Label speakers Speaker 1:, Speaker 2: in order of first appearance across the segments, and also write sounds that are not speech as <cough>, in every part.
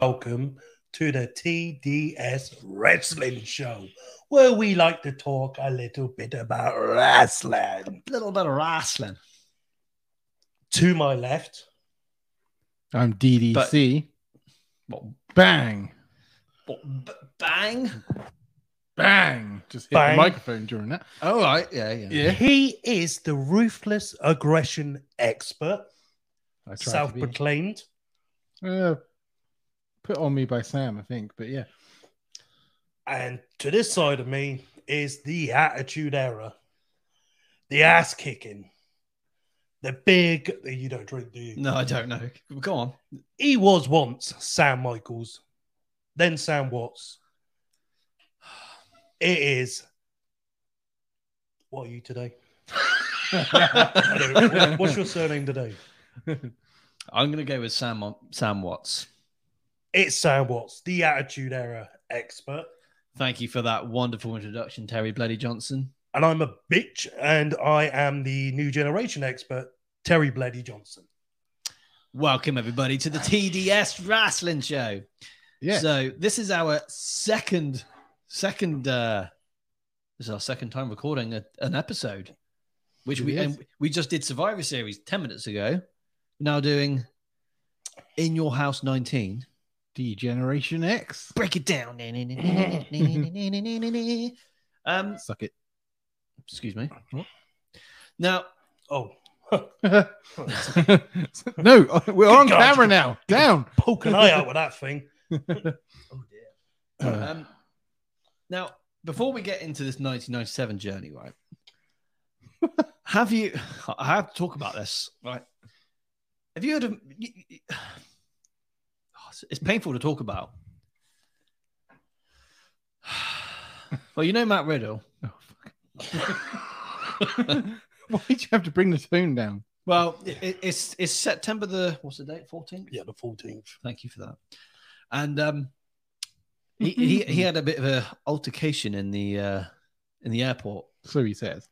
Speaker 1: welcome to the TDS Wrestling Show, where we like to talk a little bit about wrestling.
Speaker 2: little bit of wrestling.
Speaker 1: To my left,
Speaker 3: I'm DDC. bang,
Speaker 2: But b- bang.
Speaker 3: bang. Just hit
Speaker 1: Bang.
Speaker 3: the microphone during that.
Speaker 2: All right. Yeah. Yeah.
Speaker 1: he is the ruthless aggression expert,
Speaker 3: I tried to
Speaker 1: self
Speaker 3: be-
Speaker 1: proclaimed.
Speaker 3: uh, put on me by Sam, I think. But yeah,
Speaker 1: And to this side of me is the attitude error, the ass kicking, the big. You don't drink, do you?
Speaker 2: No, I don't know. Go <laughs> on.
Speaker 1: He was once Sam Michaels, then Sam Watts. It is. What are you today? I don't know. What's your surname today?
Speaker 2: <laughs> I'm gonna go with Sam Sam Watts.
Speaker 1: It's Sam Watts, the Attitude Era expert.
Speaker 2: Thank you for that wonderful introduction, Terry Bloody Johnson.
Speaker 1: And I'm a bitch, and I am the new generation expert, Terry Blady Johnson.
Speaker 2: Welcome everybody to the TDS Wrestling Show.
Speaker 3: yeah.
Speaker 2: So this is our second second uh this is our second time recording a, an episode. Which
Speaker 3: It
Speaker 2: we
Speaker 3: is.
Speaker 2: and we just did Survivor Series 10 minutes ago. Now doing In Your House 19.
Speaker 3: D Generation X.
Speaker 2: Break it down.
Speaker 3: <laughs>
Speaker 2: um
Speaker 1: <laughs>
Speaker 3: Suck it. <laughs>
Speaker 2: excuse me.
Speaker 3: What?
Speaker 2: Now
Speaker 1: Oh,
Speaker 3: no, uh, we're
Speaker 1: God.
Speaker 3: on camera now. Down.
Speaker 1: <laughs> poke an eye out with that thing.
Speaker 3: Oh, Uh,
Speaker 2: um now before we get into this 1997 journey, right? <laughs> have you I have to talk about this, right? Have you heard of y- y- <sighs> Oh, it's- it's painful to talk about. <sighs> Well, you know Matt Riddle.
Speaker 3: oh, fuck. <laughs> Why did you have to bring the tone down?
Speaker 2: Well, it, it's it's September the what's the date? 14th?
Speaker 1: Yeah, the 14th.
Speaker 2: Thank you for that. And um,
Speaker 3: <laughs>
Speaker 2: he, he he had a bit of a altercation in the uh, in the airport.
Speaker 3: So he says.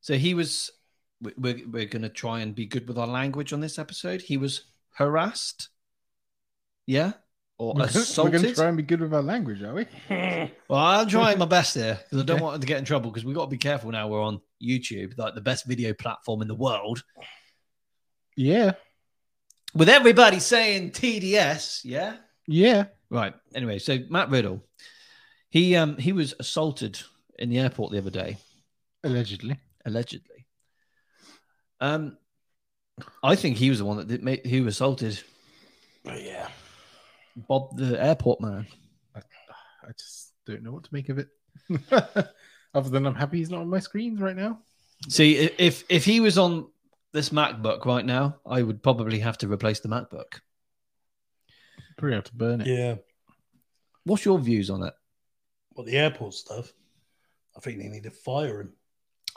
Speaker 2: So he was. we- We're we're going to try and be good with our language on this episode. He was harassed, yeah, or
Speaker 3: <laughs> We're going to
Speaker 2: assaulted.
Speaker 3: try and be good with our language,
Speaker 1: <laughs>
Speaker 3: are we?
Speaker 2: Well, I'm trying my best here because I don't
Speaker 3: Okay.
Speaker 2: want to get in trouble because we've got to be careful now. We're on YouTube, like the best video platform in the world,
Speaker 3: Yeah.
Speaker 2: with everybody saying TDS, yeah.
Speaker 3: Yeah.
Speaker 2: Right. Anyway, so Matt Riddle, he um he was assaulted in the airport the other day,
Speaker 3: Allegedly.
Speaker 2: allegedly. Um, I think he was the one that did make who assaulted
Speaker 1: But yeah.
Speaker 2: Bob the airport man.
Speaker 3: I just don't know what to make of it. <laughs> Other than I'm happy he's not on my screens right now.
Speaker 2: See, i- if if he was on this MacBook right now, I would probably have to replace the MacBook.
Speaker 3: Probably have to burn it.
Speaker 1: Yeah.
Speaker 2: What's your views on it?
Speaker 1: Well, the airport stuff, I think they need to fire him.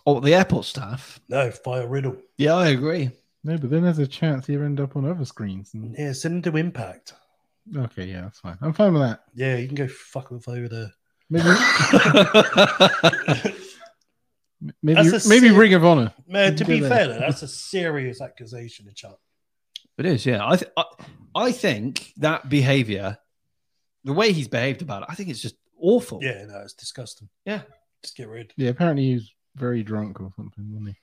Speaker 2: Oh, the airport staff.
Speaker 1: No, fire Riddle.
Speaker 2: Yeah, I agree. <laughs>
Speaker 3: No, but then there's a chance he'll end up on other screens. And...
Speaker 1: Yeah, send him to Impact.
Speaker 3: Okay, yeah, that's fine. I'm fine with that.
Speaker 1: Yeah, you can go fuck off over there.
Speaker 3: Maybe, maybe,
Speaker 1: That's a
Speaker 3: maybe
Speaker 1: sick-
Speaker 3: Ring of Honor.
Speaker 1: <laughs> Man, to be
Speaker 3: Did they?
Speaker 1: fair, <laughs> though, that's a serious accusation to chuck.
Speaker 2: It is, yeah. I, th- I, I think that behavior, the way he's behaved about it, I think it's just awful.
Speaker 1: <sighs>
Speaker 2: <sighs>
Speaker 1: Yeah, no, it's disgusting.
Speaker 2: Yeah.
Speaker 1: just get rid.
Speaker 3: Yeah, apparently he was very drunk or something, wasn't he?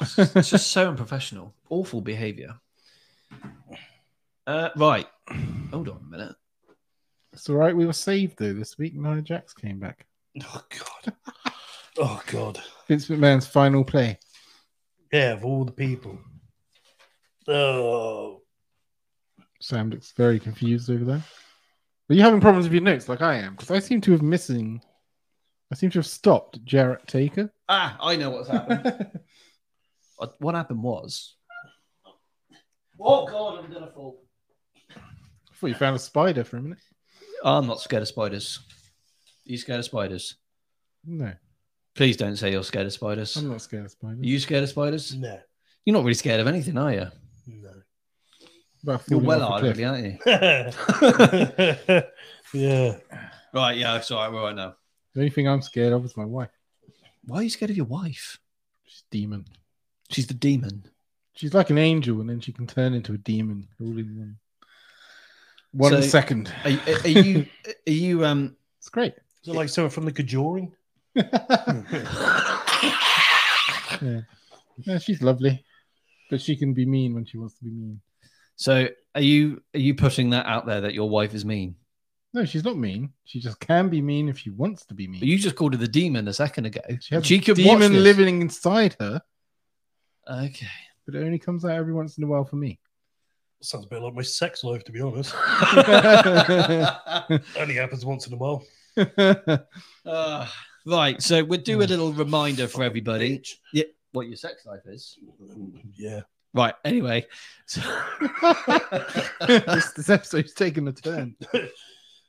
Speaker 2: it's just- it's just so unprofessional. Awful behavior. Uh, right. Hold on a minute.
Speaker 3: It's all right. We were saved though this week. Nia Jax came back.
Speaker 1: <laughs> Oh god. <laughs> oh god.
Speaker 3: Vince McMahon's final play.
Speaker 1: Yeah, of all the people. Oh,
Speaker 3: Sam looks very confused over there. Are you having problems with your notes like I am? Because I seem to have missing. I seem to have stopped
Speaker 1: <laughs>
Speaker 3: Jarrett Taker.
Speaker 2: Ah, I know what's
Speaker 3: <laughs>
Speaker 2: happened. Uh, what happened was. Oh, God, I'm going to fall.
Speaker 3: I thought you found a spider for a minute.
Speaker 2: I'm not scared of spiders. Are you scared of spiders?
Speaker 3: No,
Speaker 2: Please don't say you're scared of spiders.
Speaker 3: I'm not scared of spiders.
Speaker 2: Are you scared of spiders?
Speaker 1: no,
Speaker 2: You're not really scared of anything, are you?
Speaker 1: <laughs> no.
Speaker 3: About
Speaker 2: You're
Speaker 3: falling
Speaker 2: well
Speaker 3: off a
Speaker 2: hard,
Speaker 3: cliff.
Speaker 2: really, aren't you?
Speaker 1: yeah.
Speaker 2: Right, yeah, I'm sorry, we're right now.
Speaker 3: The only thing I'm scared of is my wife.
Speaker 2: Why are you scared of your wife?
Speaker 3: She's a demon.
Speaker 2: She's the demon.
Speaker 3: She's like an angel, and then she can turn into a demon all in one. One
Speaker 2: So-
Speaker 3: second.
Speaker 2: Are, are, are you are you um
Speaker 3: It's great. <laughs>
Speaker 1: Is it like something from the <laughs> Cajoring?
Speaker 3: Yeah. yeah, she's lovely, but she can be mean when she wants to be mean.
Speaker 2: so are you are you putting that out there that your wife is mean?
Speaker 3: No, she's not mean. She just can be mean if she wants to be mean.
Speaker 2: But you just called her the demon a second ago.
Speaker 3: she has
Speaker 2: She
Speaker 3: a
Speaker 2: could watch
Speaker 3: demon
Speaker 2: this.
Speaker 3: living inside her, <laughs>
Speaker 2: Okay. <laughs>
Speaker 3: but it only comes out every once in a while for me. <laughs>
Speaker 1: Sounds a bit like my sex life, to be <laughs> honest.
Speaker 2: Ah,
Speaker 1: Only happens once in a while.
Speaker 2: right, so we'll do a little reminder for everybody
Speaker 1: Bitch.
Speaker 2: what your sex life is.
Speaker 1: Yeah. <laughs>
Speaker 2: Right, anyway. So <laughs>
Speaker 3: this, this episode's taken a turn.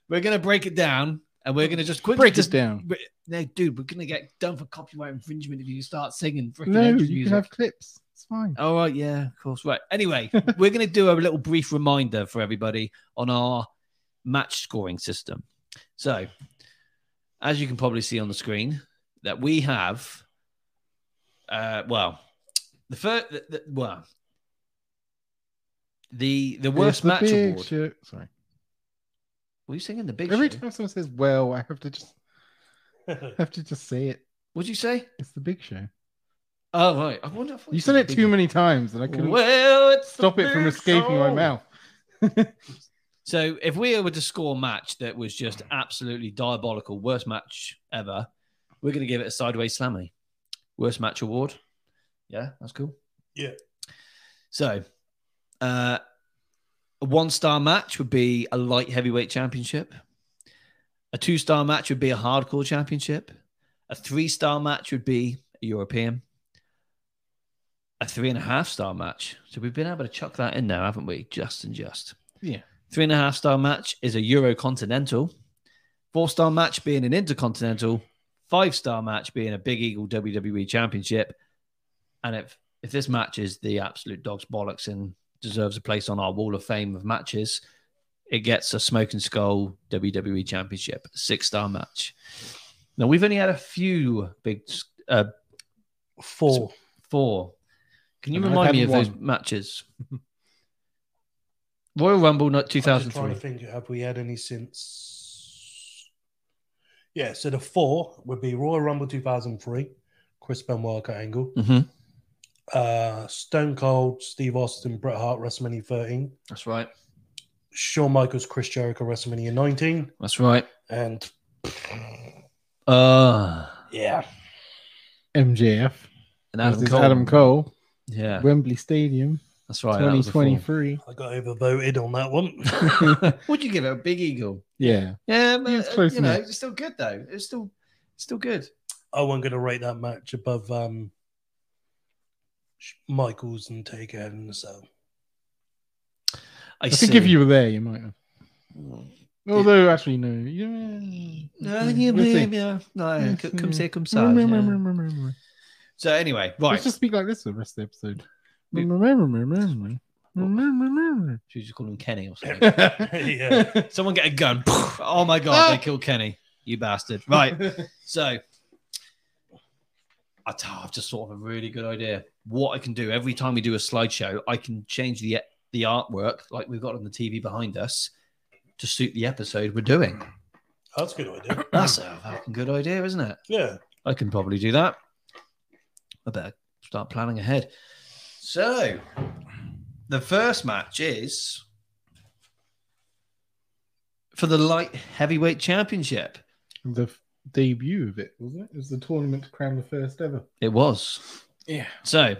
Speaker 2: we're going to break it down and we're going to just quickly
Speaker 3: Break
Speaker 2: just
Speaker 3: it down.
Speaker 2: No, dude, we're gonna get done for copyright infringement if <laughs> you start singing freaking
Speaker 3: No,
Speaker 2: entrance
Speaker 3: you
Speaker 2: music.
Speaker 3: can have clips. It's fine.
Speaker 2: All Oh, right, yeah, of course. Right.
Speaker 3: <laughs>
Speaker 2: Anyway, we're gonna do a little brief reminder for everybody on our match scoring system. So, as you can probably see on the screen, that we have, uh, well, the first, the, the, well, the the worst
Speaker 3: It's the
Speaker 2: match
Speaker 3: big
Speaker 2: award.
Speaker 3: shit- Sorry.
Speaker 2: Were you singing the big?
Speaker 3: Every
Speaker 2: show?
Speaker 3: time someone says "well," I have to just have to just say it.
Speaker 2: What'd you say?
Speaker 3: It's the big show.
Speaker 2: Oh right, I wonder. If
Speaker 3: You said it too many times, and I couldn't
Speaker 2: Well, it's the
Speaker 3: stop it from
Speaker 2: big
Speaker 3: escaping my
Speaker 2: show.
Speaker 3: mouth.
Speaker 2: So if we were to score a match that was just absolutely diabolical, worst match ever, we're going to give it a sideways slammy. Worst match award. Yeah, that's cool.
Speaker 1: Yeah.
Speaker 2: So uh, a one star match would be a light heavyweight championship. A two star match would be a hardcore championship. A three star match would be a European. A three and a half star match. So we've been able to chuck that in now, haven't we? Just and just.
Speaker 3: Yeah.
Speaker 2: Three and a half star match is a Euro Continental. Four star match being an Intercontinental. Five star match being a Big Eagle WWE Championship. And if, if this match is the absolute dog's bollocks and deserves a place on our Wall of Fame of matches, it gets a Smoking Skull WWE Championship six star match. Now we've only had a few big uh,
Speaker 1: Four.
Speaker 2: four. Can you
Speaker 3: And I've
Speaker 2: remind me
Speaker 3: had
Speaker 2: of those
Speaker 3: one.
Speaker 2: matches? <laughs> Royal Rumble, not
Speaker 1: I'm just trying to
Speaker 2: 2003.
Speaker 1: think, have we had any since? Yeah, so the four would be Royal Rumble 2003, Chris Benoit Kurt Angle,
Speaker 2: hmm
Speaker 1: uh, Stone Cold, Steve Austin, Bret Hart, WrestleMania 13,
Speaker 2: That's right.
Speaker 1: Shawn Michaels, Chris Jericho, WrestleMania 19,
Speaker 2: That's right.
Speaker 1: and
Speaker 2: Uh,
Speaker 1: yeah,
Speaker 3: MJF.
Speaker 2: and
Speaker 3: Adam
Speaker 2: Adam
Speaker 3: this
Speaker 2: Cole.
Speaker 3: Adam Cole.
Speaker 2: Yeah,
Speaker 3: Wembley Stadium,
Speaker 2: that's right. that was the four.
Speaker 3: 2023.
Speaker 1: I got overvoted on that one. <laughs>
Speaker 2: <laughs> What'd you give it? A big eagle.
Speaker 3: Yeah.
Speaker 2: Yeah, but,
Speaker 3: was
Speaker 2: uh,
Speaker 3: close
Speaker 2: you know,
Speaker 3: enough.
Speaker 2: it's still good though. It's still, it's still good.
Speaker 1: I wasn't going to rate that match above um, Sh- Michaels and Taker and the Cell.
Speaker 2: I,
Speaker 3: I
Speaker 2: see.
Speaker 3: think if you were there, you might have. Although, actually, no. You
Speaker 2: No,
Speaker 3: Mm,
Speaker 2: yeah,
Speaker 3: we'll see.
Speaker 2: yeah, yeah. No,
Speaker 3: We'll
Speaker 2: c- come
Speaker 3: see.
Speaker 2: say, come
Speaker 3: Mm, mm, mm,
Speaker 2: say.
Speaker 3: mm, mm, mm.
Speaker 2: So anyway, right.
Speaker 3: Let's just speak like this for the rest of the episode.
Speaker 2: We-
Speaker 3: Remember,
Speaker 2: Should we just call him Kenny
Speaker 3: <laughs>
Speaker 2: or something?
Speaker 1: <laughs> yeah,
Speaker 2: Someone get a gun. <laughs> Oh my
Speaker 3: Ah!
Speaker 2: god, they killed Kenny. You bastard.
Speaker 3: <laughs>
Speaker 2: Right. So I t- I've just thought of a really good idea. What I can do every time we do a slideshow, I can change the the artwork like we've got on the TV behind us to suit the episode we're doing.
Speaker 1: that's a good idea.
Speaker 2: That's a fucking good idea, isn't it?
Speaker 1: Yeah,
Speaker 2: I can probably do that. I better start planning ahead. So, the first match is for the light heavyweight championship.
Speaker 3: The f- debut of it, wasn't it? It was the tournament to crown the first ever.
Speaker 2: It was.
Speaker 3: Yeah.
Speaker 2: So,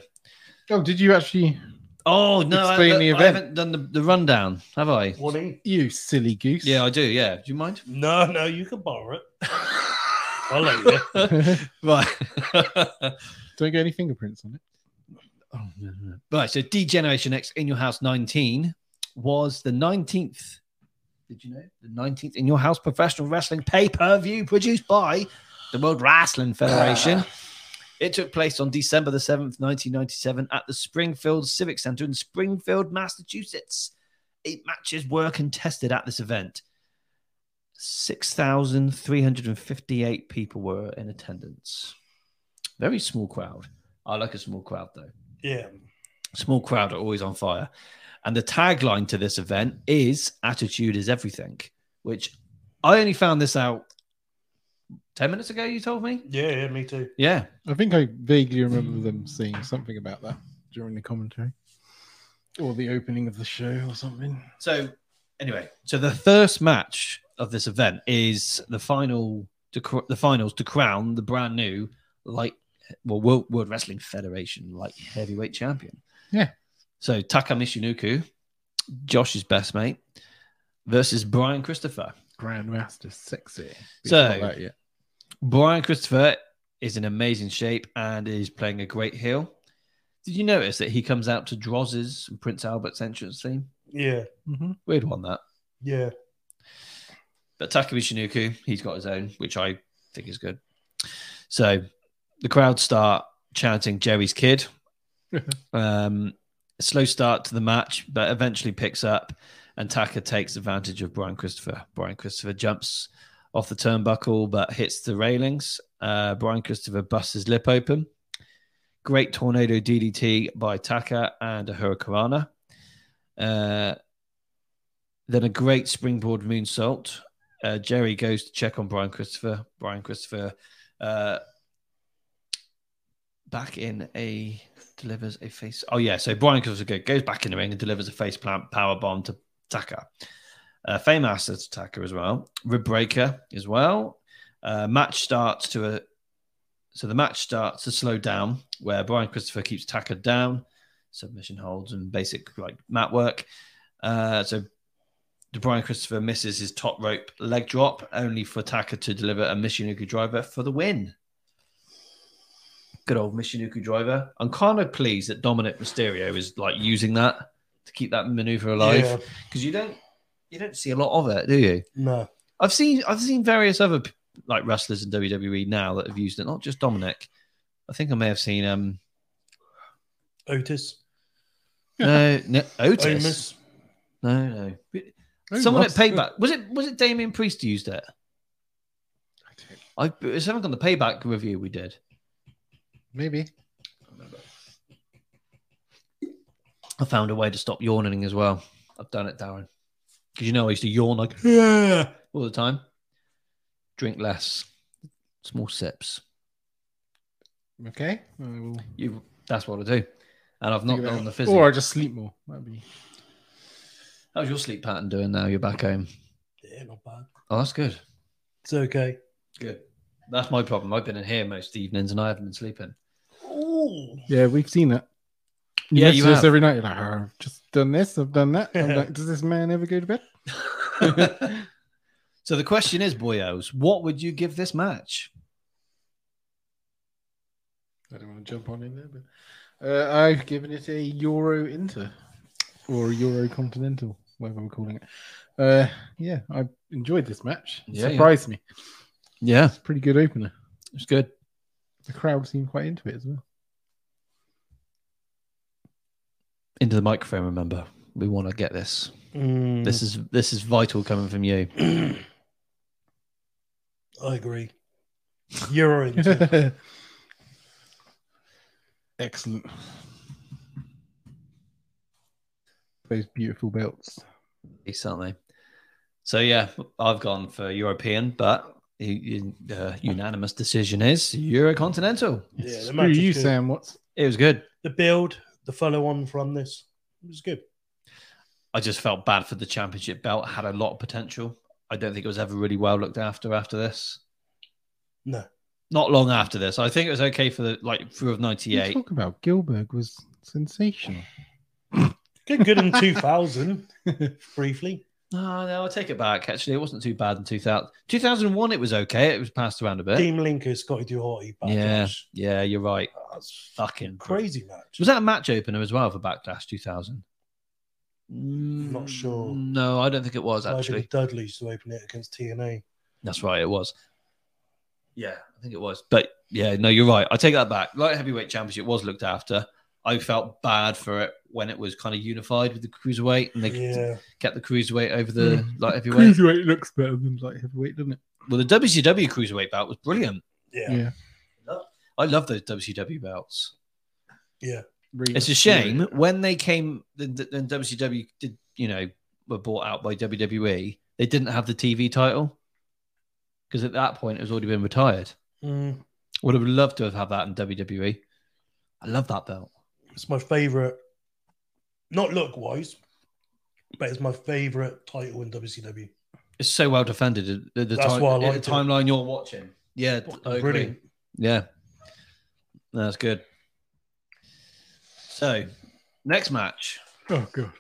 Speaker 3: Oh, did you actually?
Speaker 2: oh no, I,
Speaker 3: Explain
Speaker 2: haven't-
Speaker 3: the
Speaker 2: I
Speaker 3: event.
Speaker 2: haven't done the, the rundown, have I?
Speaker 1: one E.
Speaker 3: You silly goose. <laughs>
Speaker 2: Yeah, I do. Yeah, do you mind?
Speaker 1: No, no, you can borrow
Speaker 2: <laughs>
Speaker 1: it. I'll let you.
Speaker 2: right.
Speaker 3: Don't get any fingerprints on it.
Speaker 2: right. So, Degeneration X in your house 19 was the 19th. Did you know the 19th in your house professional wrestling pay per view produced by the World Wrestling Federation? It took place on December the 7th, 1997, at the Springfield Civic Center in Springfield, Massachusetts. Eight matches were contested at this event. 6,358 people were in attendance. Very small crowd. I like a small crowd, though.
Speaker 1: Yeah,
Speaker 2: Small crowd are always on fire. And the tagline to this event is attitude is everything, which I only found this out 10 minutes ago, you told me.
Speaker 1: Yeah, yeah, me too.
Speaker 2: Yeah.
Speaker 3: I think I vaguely remember them saying something about that during the commentary or the opening of the show or something.
Speaker 2: So anyway, so the first match of this event is the final to cr- the finals to crown the brand new light well World, World Wrestling Federation light heavyweight champion.
Speaker 3: Yeah.
Speaker 2: So Taka Michinoku, Josh's best mate, versus Brian Christopher.
Speaker 3: Grandmaster sexy. It's
Speaker 2: So-
Speaker 3: not that yet.
Speaker 2: Brian Christopher is in amazing shape and is playing a great heel. Did you notice that he comes out to Droz's and Prince Albert's entrance theme?
Speaker 1: Yeah,
Speaker 3: Mhm.
Speaker 2: Weird one that.
Speaker 1: yeah.
Speaker 2: But Taka Michinoku, he's got his own, which I think is good. So the crowd start chanting Jerry's kid. um, a slow start to the match, but eventually picks up, and Taka takes advantage of Brian Christopher. Brian Christopher jumps off the turnbuckle, but hits the railings. Uh, Brian Christopher busts his lip open. Great tornado DDT by Taka and a Hurricanrana. Uh, then a great springboard moonsault uh, Jerry goes to check on Brian Christopher. Brian Christopher uh, back in a delivers a face. Oh yeah, so Brian Christopher go- goes back in the ring and delivers a face plant power bomb to Taka. Uh, famous as Taka as well. Rib breaker as well. Uh, match starts to a so the match starts to slow down where Brian Christopher keeps Taka down, submission holds and basic like mat work. Uh, so Brian Christopher misses his top rope leg drop, only for Taka to deliver a Michinoku driver for the win. Good old Michinoku driver. I'm kind of pleased that Dominic Mysterio is like using that to keep that maneuver
Speaker 1: Yeah.
Speaker 2: alive because you don't you don't see a lot of it, do you?
Speaker 1: No.
Speaker 2: I've seen I've seen various other p- like wrestlers in WWE now that have used it, not just Dominic. I think I may have seen <laughs> um
Speaker 1: Otis.
Speaker 2: no, no Otis.
Speaker 1: Omus.
Speaker 2: No, no.
Speaker 3: Oh,
Speaker 2: Someone at
Speaker 3: Ross-
Speaker 2: Payback was it was it Damien Priest who used it?
Speaker 3: I don't-
Speaker 2: I it was something on the payback review we did.
Speaker 3: Maybe.
Speaker 2: I found a way to stop yawning as well. I've done it, Darren. Because you know I used to yawn like all the time. Drink less, small sips.
Speaker 3: Okay. I will
Speaker 2: You that's what I do. And I've not
Speaker 3: think about
Speaker 2: done
Speaker 3: it.
Speaker 2: the physical.
Speaker 3: Or I just sleep more. That'd be
Speaker 2: How's your sleep pattern doing now? You're back home.
Speaker 1: Yeah, not bad.
Speaker 2: Oh, that's good.
Speaker 1: It's okay.
Speaker 2: Good. That's my problem. I've been in here most evenings and I haven't been
Speaker 3: <laughs>
Speaker 2: sleeping. <laughs>
Speaker 1: Ooh.
Speaker 3: Yeah, we've seen that. You
Speaker 2: Yeah,
Speaker 3: yeah,
Speaker 2: you
Speaker 3: you us
Speaker 2: have.
Speaker 3: every night. You're like, "Oh, I've just done this, I've done that. I'm like, does this man ever go to bed?
Speaker 2: so the question is, boyos, what would you give this match?
Speaker 3: I don't want to jump on in there, but uh, I've given it a Euro Inter or a Euro Continental, whatever we're calling it. Uh, yeah, I enjoyed this match. It
Speaker 2: Yeah, yeah.
Speaker 3: Surprised me.
Speaker 2: Yeah,
Speaker 3: It's a pretty good opener.
Speaker 2: it's good.
Speaker 3: The crowd seemed quite into it as well.
Speaker 2: Into the microphone, remember. We want to get this.
Speaker 1: Mm,
Speaker 2: This is this is vital coming from you. <coughs>
Speaker 1: I agree. You're in.
Speaker 3: <laughs> Excellent. Those beautiful belts.
Speaker 2: Peace, aren't they? So yeah, I've gone for European, but the uh, unanimous decision is Eurocontinental.
Speaker 1: Yeah, the
Speaker 3: Screw
Speaker 1: match is
Speaker 3: you,
Speaker 1: good.
Speaker 3: Sam Watts.
Speaker 2: It was good.
Speaker 1: The build, the follow on from this it was good.
Speaker 2: I just felt bad for the championship belt. Had a lot of potential. I don't think it was ever really well looked after after this.
Speaker 1: No.
Speaker 2: Not long after this, I think it was okay for the like through of
Speaker 3: What are
Speaker 1: <laughs>
Speaker 2: '98.
Speaker 3: you talk about? Gilbert was sensational.
Speaker 1: Good, good in
Speaker 2: <laughs>
Speaker 1: 2000, briefly.
Speaker 2: No, no, I take it back. Actually, it wasn't too bad in 2000. 2001, it was okay. It was passed around a bit.
Speaker 1: Team Linker, Scotty Duhati.
Speaker 2: Eh? Yeah,
Speaker 1: Backlash.
Speaker 2: yeah, you're right.
Speaker 1: That's
Speaker 2: Fucking
Speaker 1: crazy match.
Speaker 2: Was that a match opener as well for Backlash 2000?
Speaker 1: Not sure.
Speaker 2: Mm, No, I don't think it was
Speaker 1: Might have been
Speaker 2: actually.
Speaker 1: Dudley's to open it against TNA.
Speaker 2: That's right, it was. Yeah, I think it was. But yeah, no, you're right. I take that back. Light heavyweight championship was looked after. I felt bad for it when it was kind of unified with the cruiserweight, and they
Speaker 1: Yeah.
Speaker 2: kept the cruiserweight over the
Speaker 3: Mm.
Speaker 2: light heavyweight.
Speaker 3: Cruiserweight looks better than light heavyweight, doesn't it?
Speaker 2: well, the WCW cruiserweight belt was brilliant.
Speaker 1: Yeah.
Speaker 3: Yeah.
Speaker 2: I love those WCW belts.
Speaker 1: Yeah.
Speaker 3: re-
Speaker 2: It's a shame when they came then then WCW did you know were bought out by WWE. They didn't have the TV title because at that point it was already been retired.
Speaker 1: Mm,
Speaker 2: Would have loved to have had that in WWE. I love that belt.
Speaker 1: it's my favorite, not look wise, but it's my favorite title in WCW.
Speaker 2: It's so well defended. The, the,
Speaker 1: That's
Speaker 2: time,
Speaker 1: why I
Speaker 2: the
Speaker 1: liked it.
Speaker 2: timeline you're watching. Yeah, I agree.
Speaker 1: Brilliant.
Speaker 2: Yeah, No, that's good. So, next match.
Speaker 3: Oh god.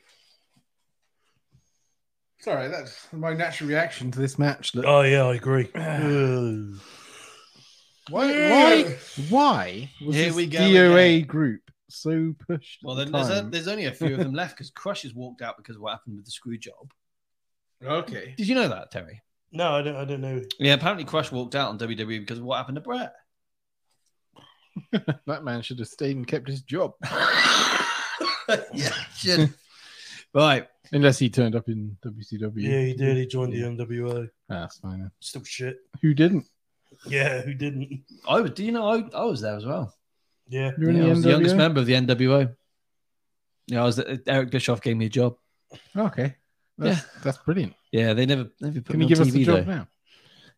Speaker 3: Sorry, that's my natural reaction to this match. That,
Speaker 1: Oh yeah, I
Speaker 2: <sighs>
Speaker 1: agree. <sighs> Ugh.
Speaker 3: why, why? Why was
Speaker 2: Here
Speaker 3: this
Speaker 2: we go
Speaker 3: DOA group so pushed?
Speaker 2: Well, then
Speaker 3: at the
Speaker 2: there's, a,
Speaker 3: time?
Speaker 2: there's only a few of them left because Crush has walked out because of what happened with the screw job.
Speaker 3: <laughs> okay.
Speaker 2: Did you know that, Terry?
Speaker 1: no, I don't. I don't know.
Speaker 2: Yeah, apparently Crush walked out on WWE because of what happened to Brett.
Speaker 3: <laughs> That man should have stayed and kept his job
Speaker 2: <laughs> yeah, shit. right,
Speaker 3: unless he turned up in WCW.
Speaker 1: Yeah, he did. He joined the NWA.
Speaker 3: Ah, That's fine. then.
Speaker 1: Still shit.
Speaker 3: Who didn't?
Speaker 1: Yeah, who didn't?
Speaker 2: I was. Do you know I, I was there as well?
Speaker 1: Yeah,
Speaker 3: You're in
Speaker 2: Yeah, I
Speaker 3: the,
Speaker 2: was the youngest
Speaker 3: NWO?
Speaker 2: member of the NWO. Yeah, I was. Eric Bischoff gave me a job.
Speaker 3: Okay. That's, that's brilliant.
Speaker 2: Yeah, they never never put
Speaker 3: Can
Speaker 2: me
Speaker 3: you
Speaker 2: on
Speaker 3: give
Speaker 2: TV
Speaker 3: us the job
Speaker 2: though.
Speaker 3: now?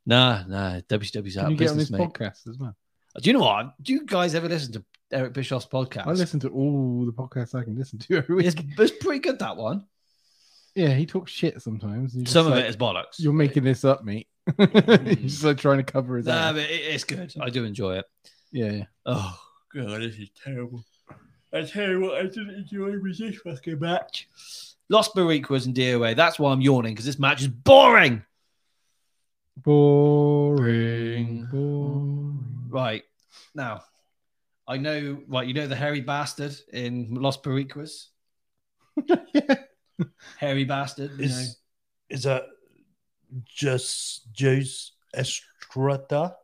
Speaker 2: Nah, nah, WCW's out
Speaker 3: Can you
Speaker 2: of
Speaker 3: get on this
Speaker 2: business, mate.
Speaker 3: podcast as well?
Speaker 2: Do you know what? Do you guys ever listen to Eric Bischoff's podcast?
Speaker 3: I listen to all the podcasts I can listen to every week.
Speaker 2: It's, it's pretty good that one.
Speaker 3: Yeah, he talks shit sometimes. He's just
Speaker 2: Some of
Speaker 3: like,
Speaker 2: it is bollocks.
Speaker 3: You're making this up, mate. <laughs> He's like trying to cover his
Speaker 2: Nah,
Speaker 3: ass.
Speaker 2: but it, it's good. I do enjoy it.
Speaker 3: Yeah, yeah.
Speaker 2: Oh god, this is terrible. I tell you what, I didn't enjoy with this fucking match. Lost Barriquas and DOA. That's why I'm yawning because this match is boring.
Speaker 3: Boring. Boring.
Speaker 2: Right now, I know. Right, you know the hairy bastard in Lost Barriquas.
Speaker 3: yeah.
Speaker 2: Hairy bastard. You know.
Speaker 1: is is that just Joe's Estrada?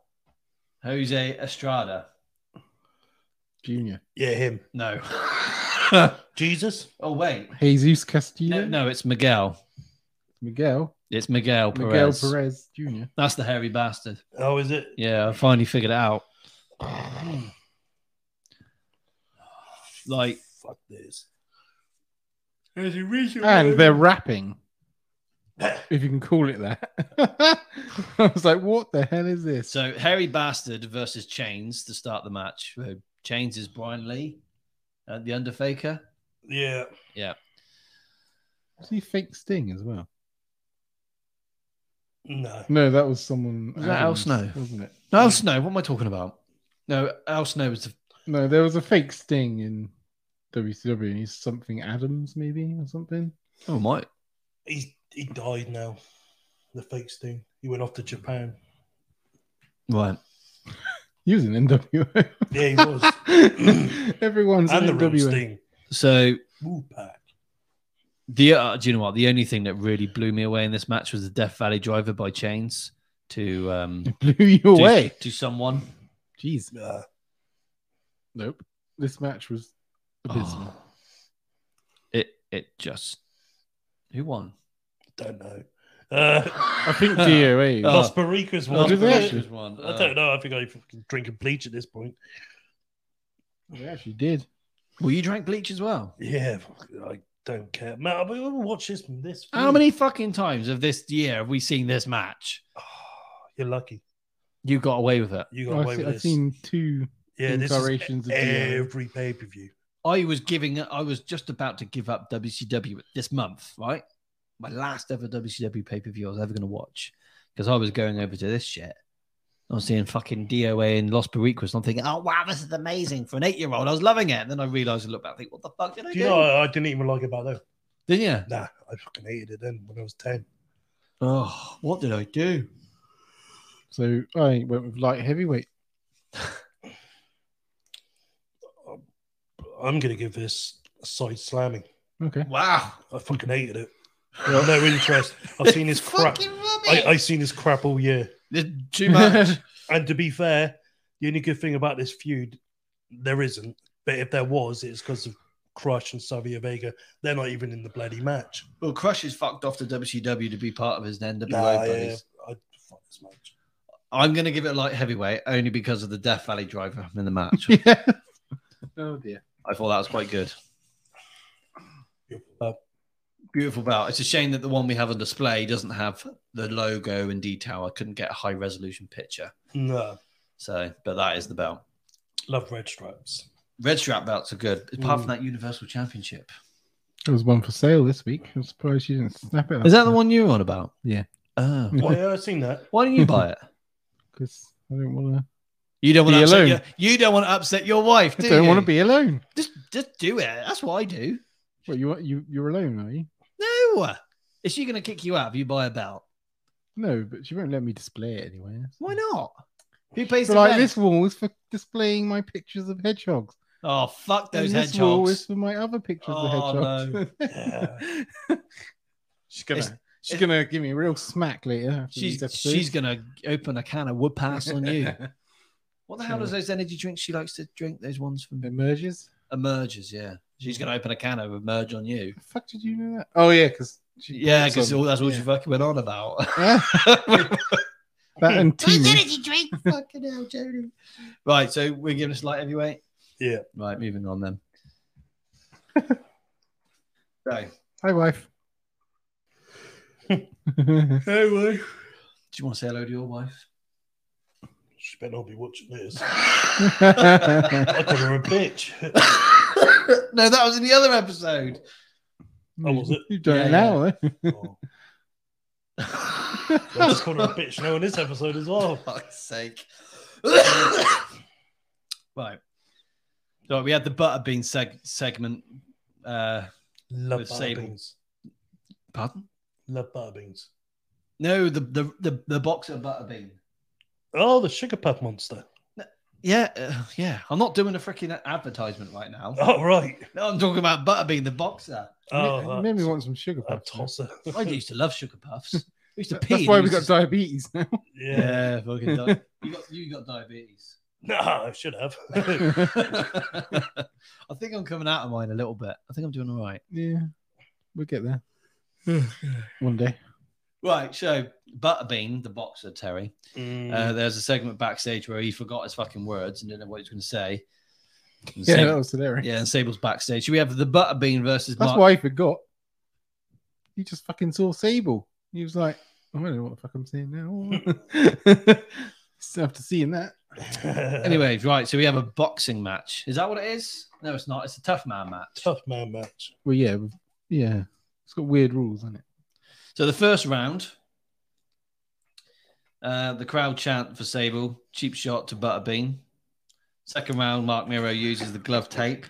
Speaker 2: Jose Estrada.
Speaker 3: <laughs> Junior.
Speaker 1: Yeah, him.
Speaker 2: <laughs> No.
Speaker 1: Jesus.
Speaker 2: oh wait.
Speaker 3: Jesus
Speaker 2: No,
Speaker 3: Castillo.
Speaker 2: no, it's Miguel.
Speaker 3: Miguel.
Speaker 2: It's Miguel Perez.
Speaker 3: Miguel Perez Jr.
Speaker 2: That's the hairy bastard.
Speaker 1: Oh, is it?
Speaker 2: Yeah, I finally figured it out. Mm. Like
Speaker 1: Fuck this.
Speaker 2: There's a reason.
Speaker 3: And they're rapping. If you can call it that. <laughs> I was like, what the hell is this?
Speaker 2: So Harry Bastard versus Chains to start the match. So Chains is Brian Lee, uh, the Underfaker.
Speaker 1: Yeah.
Speaker 3: Is he fake Sting as well?
Speaker 1: No.
Speaker 3: No, that was someone.
Speaker 2: Was that Al
Speaker 3: Adams,
Speaker 2: Snow?
Speaker 3: Wasn't it?
Speaker 2: No, Al Snow. What am I talking about? No, Al Snow was the.
Speaker 3: No, there was a fake Sting in WCW, and he's something Adams, maybe, or something.
Speaker 2: Oh my!
Speaker 1: He's he died now. The fake Sting. He went off to Japan.
Speaker 2: Right.
Speaker 3: He was
Speaker 1: <laughs>
Speaker 3: in NWO.
Speaker 1: Yeah, he
Speaker 3: <laughs>
Speaker 1: was.
Speaker 3: Everyone's
Speaker 1: and the
Speaker 3: in
Speaker 1: real
Speaker 3: <laughs> NWO.
Speaker 1: Sting.
Speaker 2: So
Speaker 1: Woo pack.
Speaker 2: the uh, do you know what? The only thing that really blew me away in this match was the Death Valley Driver by Chains to um
Speaker 3: It blew you
Speaker 2: to-
Speaker 3: away.
Speaker 2: to someone.
Speaker 3: Jeez.
Speaker 1: Uh,
Speaker 3: Nope. This match was abysmal.
Speaker 2: Oh. It it just who won?
Speaker 1: don't know. Uh,
Speaker 3: I
Speaker 1: <laughs>
Speaker 3: think DOA.
Speaker 2: Oh.
Speaker 1: Las Barricas
Speaker 3: Oh,
Speaker 1: won.
Speaker 3: did they
Speaker 1: I
Speaker 3: actually?
Speaker 2: one.
Speaker 1: don't know. I think I fucking drinking bleach at this point.
Speaker 3: They actually did.
Speaker 2: Well, you drank bleach as well.
Speaker 1: Yeah, fuck, I don't care. Man, I've been watch this. This.
Speaker 2: How many fucking times of this year have we seen this match?
Speaker 1: Oh, you're lucky.
Speaker 2: You got away with it.
Speaker 1: You got away
Speaker 3: I've, se-
Speaker 1: with
Speaker 3: Oh, I've
Speaker 1: this.
Speaker 3: seen two
Speaker 1: yeah, this is
Speaker 3: incarnations of DOA.
Speaker 1: every pay per view.
Speaker 2: I was giving I was just about to give up WCW this month, right? My last ever WCW pay per view I was ever going to watch because I was going over to this shit. I was seeing fucking DOA and Los Barriquas. and I'm thinking, oh wow, this is amazing for an eight year old. I was loving it. And then I realized I looked back, and think, what the fuck did I
Speaker 1: Do
Speaker 2: do?
Speaker 1: you know what I didn't even like about that?
Speaker 2: Didn't you?
Speaker 1: Nah, I fucking hated it then when I was ten.
Speaker 2: Oh, what did I do?
Speaker 3: So I went with light heavyweight.
Speaker 1: I'm gonna give this a side slamming.
Speaker 3: Okay.
Speaker 2: Wow.
Speaker 1: I fucking hated it. No interest. I've seen
Speaker 2: <laughs>
Speaker 1: this crap.
Speaker 2: Fucking
Speaker 1: I,
Speaker 2: rubbish.
Speaker 1: I've seen this crap all year.
Speaker 2: There's too much.
Speaker 1: <laughs> And to be fair, the only good thing about this feud, there isn't. But if there was, it's because of Crush and Savio Vega. They're not even in the bloody match.
Speaker 2: well, Crush is fucked off to WCW to be part of his NWA
Speaker 1: Nah,
Speaker 2: buddies.
Speaker 1: yeah, I fuck this match.
Speaker 2: I'm going
Speaker 1: <laughs>
Speaker 2: to
Speaker 3: <laughs>
Speaker 2: give it a light heavyweight only because of the Death Valley driver in the match.
Speaker 3: yeah. Oh dear.
Speaker 2: I thought that was quite good.
Speaker 1: Uh,
Speaker 2: Beautiful belt. It's a shame that the one we have on display doesn't have the logo in detail. I couldn't get a high resolution picture.
Speaker 1: no,
Speaker 2: So, but that is the belt.
Speaker 1: love red stripes. <laughs>
Speaker 2: Red strap belts are good, apart
Speaker 3: Mm.
Speaker 2: from that Universal Championship.
Speaker 3: There was one for sale this week. I'm surprised you didn't snap it.
Speaker 2: Is that the one you were on about?
Speaker 3: Yeah.
Speaker 2: Oh.
Speaker 1: Why have I seen that?
Speaker 2: Why don't
Speaker 1: <laughs>
Speaker 2: you buy it?
Speaker 3: Because I don't want to.
Speaker 2: You don't want
Speaker 3: Be
Speaker 2: to upset
Speaker 3: alone.
Speaker 2: your, you don't want to upset your wife, do
Speaker 3: I don't
Speaker 2: you?
Speaker 3: want to be alone.
Speaker 2: Just, just do it. That's what I do.
Speaker 3: What you want? You you're alone, are you?
Speaker 2: No. Is she going to kick you out if you buy a belt?
Speaker 3: No, but she won't let me display it anywhere.
Speaker 2: Why not? Who pays
Speaker 3: But
Speaker 2: the
Speaker 3: like
Speaker 2: rent?
Speaker 3: this wall is for displaying my pictures of hedgehogs.
Speaker 2: Oh, fuck those
Speaker 3: and this wall
Speaker 2: hedgehogs.
Speaker 3: is for my other pictures
Speaker 2: Oh,
Speaker 3: of hedgehogs.
Speaker 1: Yeah.
Speaker 3: she's gonna
Speaker 2: It's-
Speaker 3: she's gonna give me a real smack later. after
Speaker 2: She's
Speaker 3: these episodes.
Speaker 2: she's gonna open a can of wood pass on
Speaker 3: <laughs>
Speaker 2: you. What the hell is those energy drinks she likes to drink? Those ones from
Speaker 3: emerges.
Speaker 2: Emerges, yeah. She's gonna open a can of Emerge on you.
Speaker 3: The fuck did you know that? Oh yeah, because
Speaker 2: Yeah, because that's all she fucking went on
Speaker 3: <laughs>
Speaker 2: about.
Speaker 3: that
Speaker 2: <laughs>
Speaker 3: and
Speaker 2: Those
Speaker 3: Timu.
Speaker 2: energy drink, <laughs> fucking hell, Jody. Right, so we're giving us light heavyweight.
Speaker 1: Yeah.
Speaker 2: Right, moving on then. so, do
Speaker 3: Hi, wife.
Speaker 1: <laughs>
Speaker 3: <laughs>
Speaker 1: Oh, Anyway,
Speaker 2: you want to say hello to your
Speaker 1: <laughs>
Speaker 2: wife?
Speaker 1: she better not be watching this.
Speaker 3: oh,
Speaker 1: I called her a bitch. <laughs>
Speaker 2: no, that was in the other episode.
Speaker 1: was it?
Speaker 3: You've
Speaker 2: Yeah,
Speaker 3: done it now. <laughs> eh?
Speaker 1: Oh, I just called her a bitch now in this episode as
Speaker 2: <laughs>
Speaker 1: well.
Speaker 2: fuck's sake. <coughs> right. So we had the butter bean seg- segment. Uh,
Speaker 1: Love
Speaker 2: With
Speaker 1: butter
Speaker 2: Sable.
Speaker 1: beans.
Speaker 2: Pardon?
Speaker 1: Love butter beans.
Speaker 2: No, the, the, the, the box of butter bean.
Speaker 1: Oh, the sugar puff monster.
Speaker 2: Yeah, uh, yeah. I'm not doing a freaking advertisement right now.
Speaker 1: Oh, right.
Speaker 2: No, I'm talking about Butterbean the boxer.
Speaker 1: Oh,
Speaker 3: You made me want some sugar
Speaker 1: a
Speaker 3: puffs.
Speaker 1: tosser.
Speaker 2: I used to love sugar puffs. I used to pee.
Speaker 3: That's why
Speaker 2: and
Speaker 3: we
Speaker 2: I
Speaker 3: got
Speaker 2: used <laughs>
Speaker 3: diabetes <laughs> now.
Speaker 2: to-
Speaker 1: Yeah.
Speaker 2: yeah, fucking
Speaker 3: <laughs>
Speaker 2: di- you got you got diabetes.
Speaker 1: No, <laughs> I should have.
Speaker 2: <laughs> I think I'm coming out of mine a little bit. I think I'm doing all right.
Speaker 3: yeah, we'll get there <sighs> one day.
Speaker 2: Right, so Butterbean, the boxer, Terry.
Speaker 1: Mm.
Speaker 2: Uh, there's a segment backstage where he forgot his fucking words and didn't know what he was going to say. And
Speaker 3: Yeah, that
Speaker 2: Sable-
Speaker 3: was hilarious.
Speaker 2: yeah, and Sable's backstage. We have the Butterbean versus
Speaker 3: That's
Speaker 2: Mark.
Speaker 3: why he forgot. He just fucking saw Sable. He was like, I don't know what the fuck I'm saying <laughs> now. so after seeing that,
Speaker 1: Uh, <laughs>
Speaker 2: Anyway, right, so we have a boxing match. Is that what it is? No, it's not. It's a tough man match.
Speaker 1: tough man match.
Speaker 3: well, yeah, we've- yeah, it's got weird rules, hasn't it?
Speaker 2: So the first round, uh, the crowd chant for Sable, cheap shot to Butterbean. Second round, Mark Miro uses the glove tape.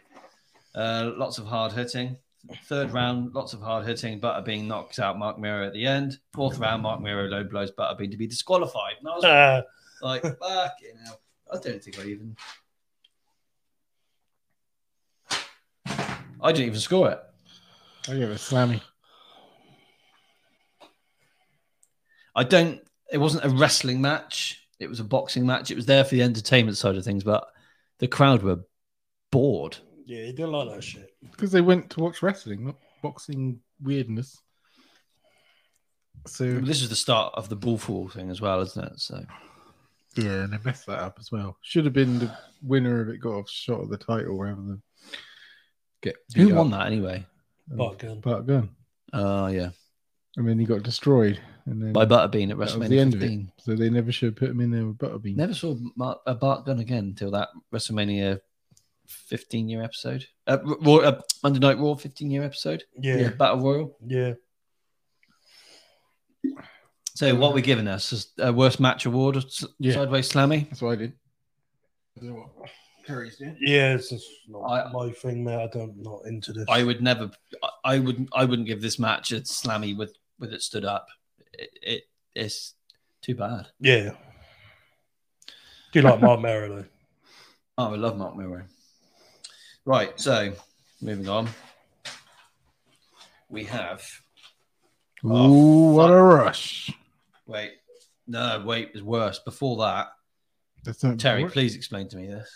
Speaker 2: Uh, lots of hard hitting. Third round, lots of hard hitting. Butterbean knocks out Mark Miro at the end. Fourth round, Mark Miro low blows Butterbean to be disqualified. And
Speaker 1: <laughs>
Speaker 2: I was
Speaker 1: Uh,
Speaker 2: like, fucking hell. I don't think I even. I didn't even score it.
Speaker 3: I give it a Oh, slammy.
Speaker 2: I don't. It wasn't a wrestling match. It was a boxing match. It was there for the entertainment side of things, but the crowd were bored.
Speaker 1: yeah, he didn't like that shit.
Speaker 3: Because they went to watch wrestling, not boxing weirdness. So
Speaker 2: This is the start of the bullfall thing as well, isn't it? So
Speaker 3: yeah, and they messed that up as well. Should have been the winner if it got a shot at the title rather than get
Speaker 2: who won that anyway?
Speaker 1: Mm. Bargain.
Speaker 3: Part gun.
Speaker 2: Oh yeah,
Speaker 3: I mean, he got destroyed, and then
Speaker 2: by Butterbean at
Speaker 3: was
Speaker 2: WrestleMania
Speaker 3: the end of it.
Speaker 2: 15.
Speaker 3: so they never should have put him in there with Butterbean.
Speaker 2: Never saw Mark, uh, Bart Gunn again until that WrestleMania 15 year episode, uh, Raw, uh, Monday Night Raw 15 year episode,
Speaker 1: Yeah, yeah.
Speaker 3: Yeah.
Speaker 2: Battle Royal. So what we're giving us is a worst match award, s-
Speaker 3: Yeah.
Speaker 2: sideways slammy.
Speaker 3: That's what I did. I don't know what Curry's doing.
Speaker 1: Yeah, it's just not
Speaker 2: I-
Speaker 1: my thing, mate. I don't not into this.
Speaker 2: I would never. I- I wouldn't. I wouldn't give this match a slammy with with it stood up. It, it it's too bad.
Speaker 1: yeah. Do you like Mark Merrow though?
Speaker 2: Oh, I love Mark Miro. Right. So moving on, we have. Oh,
Speaker 3: Ooh, what a rush!
Speaker 2: Wait. No, wait is worse. Before that,
Speaker 3: That's not
Speaker 2: Terry, please explain to me this.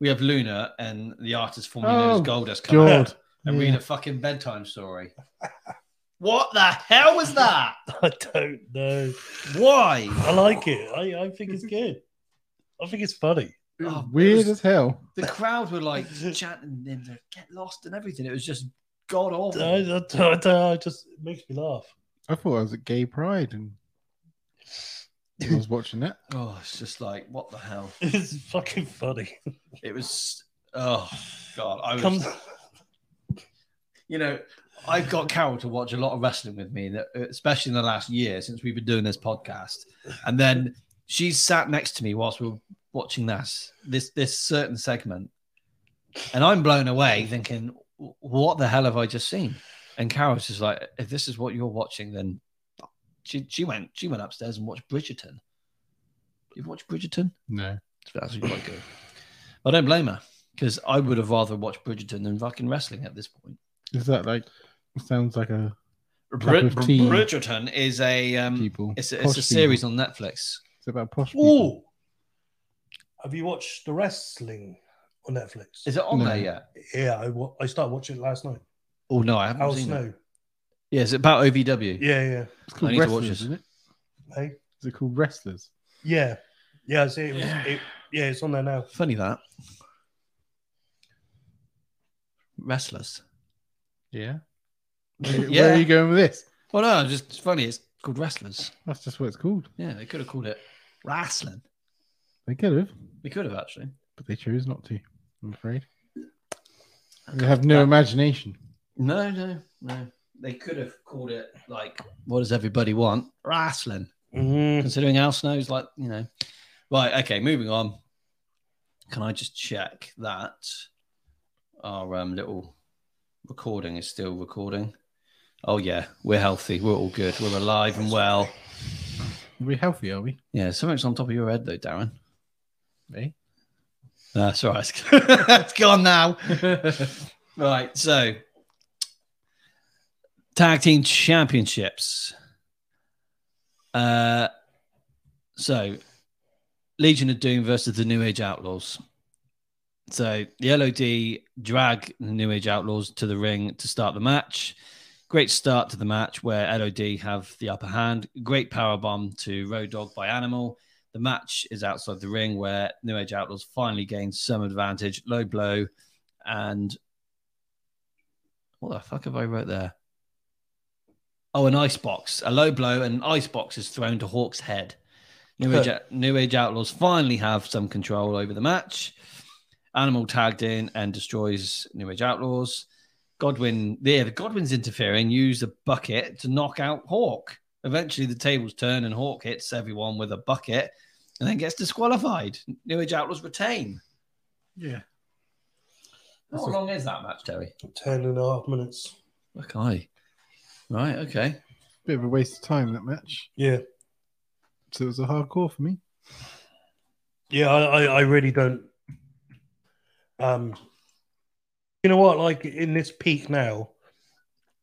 Speaker 2: We have Luna and the artist formerly
Speaker 3: Oh,
Speaker 2: known as Goldust come out
Speaker 3: God,
Speaker 2: and read a fucking bedtime story. <laughs> what the hell was that?
Speaker 1: <laughs> I don't know.
Speaker 2: Why?
Speaker 3: <laughs>
Speaker 1: I like it. I, I think it's good. I think it's funny.
Speaker 3: It was
Speaker 2: Oh, it
Speaker 3: weird
Speaker 2: was-
Speaker 3: as hell.
Speaker 2: The crowd were like chanting them to get lost and everything. It was just god awful.
Speaker 1: I, I- I- I just it makes me laugh. <laughs>
Speaker 3: I thought I was at Gay Pride and
Speaker 2: <laughs>
Speaker 3: I was watching that.
Speaker 2: Oh, it's just like what the hell.
Speaker 1: It's fucking funny.
Speaker 2: It was oh god. I was
Speaker 1: Comes,
Speaker 2: you know, I've got Carol to watch a lot of wrestling with me, that- especially in the last year since we've been doing this podcast. And then she's sat next to me whilst we're watching this this this certain segment, and I'm blown away, thinking, "What the hell have I just seen?" And Carol's just like, "If this is what you're watching, then." She, she went she went upstairs and watched Bridgerton. You've watched Bridgerton?
Speaker 3: No.
Speaker 2: It's actually quite good. I don't blame her because I would have rather watched Bridgerton than fucking wrestling at this point.
Speaker 3: Is that like sounds like a
Speaker 2: Brid-
Speaker 3: of tea.
Speaker 2: Bridgerton is a um,
Speaker 3: people?
Speaker 2: it's a,
Speaker 3: posh
Speaker 2: it's a series
Speaker 3: people.
Speaker 2: on Netflix.
Speaker 3: It's about posh people.
Speaker 1: ooh, have you watched the wrestling on Netflix?
Speaker 2: Is it on
Speaker 3: No.
Speaker 2: there yet?
Speaker 1: yeah, I, wa- I started watching it last night.
Speaker 2: Oh no, I haven't
Speaker 1: Al
Speaker 2: seen it.
Speaker 1: Snow.
Speaker 2: Yeah, it's about OVW.
Speaker 1: Yeah, yeah.
Speaker 3: It's
Speaker 2: I
Speaker 3: called
Speaker 2: need to watch
Speaker 3: wrestlers,
Speaker 2: this.
Speaker 3: isn't it?
Speaker 1: Hey,
Speaker 3: Is it called wrestlers?
Speaker 1: yeah, yeah. I see. It was,
Speaker 3: Yeah.
Speaker 1: yeah. It, yeah, it's on there now.
Speaker 2: Funny that. Wrestlers.
Speaker 3: Yeah. <laughs> Where,
Speaker 2: yeah.
Speaker 3: where are you going with this?
Speaker 2: Well, Oh, no, it's just it's funny. It's called Wrestlers.
Speaker 3: That's just what it's called.
Speaker 2: Yeah, they could have called it Wrestling.
Speaker 3: They could have,
Speaker 2: They could have actually.
Speaker 3: but they chose not to. I'm afraid they have no imagination.
Speaker 2: No, no, no. They could have called it like, what does everybody want? Wrestling.
Speaker 1: Mhm.
Speaker 2: considering Al Snow's like, you know. Right, okay, moving on. Can I just check that our um, little recording is still recording? Oh, yeah, we're healthy. We're all good. We're alive and well.
Speaker 3: Are we healthy? Are we? Eh?
Speaker 2: Yeah, something's on top of your head, though, Darren.
Speaker 3: Me?
Speaker 2: That's all right. <laughs> it's gone now. right, so tag team championships. Uh, so Legion of Doom versus the New Age Outlaws. So the LOD drag the New Age Outlaws to the ring to start the match. Great start to the match where LOD have the upper hand. Great power bomb to Road Dog by Animal. The match is outside the ring where New Age Outlaws finally gain some advantage. Low blow and what the fuck have I wrote there? Oh, an ice box. A low blow and an ice box is thrown to Hawk's head. New Age, New Age Outlaws finally have some control over the match. Animal tagged in and destroys New Age Outlaws. Godwin, yeah, the Godwin's interfering, used a bucket to knock out Hawk. Eventually, the tables turn and Hawk hits everyone with a bucket and then gets disqualified. New Age Outlaws retain.
Speaker 3: Yeah.
Speaker 2: How
Speaker 3: That's a-
Speaker 2: long is that match, Terry?
Speaker 1: Ten and a half minutes.
Speaker 2: Okay. Right, okay.
Speaker 3: Bit of a waste of time that match.
Speaker 1: Yeah,
Speaker 3: So it was a hardcore for me.
Speaker 1: yeah. I, I, I really don't. Um, you know what? Like in this peak now,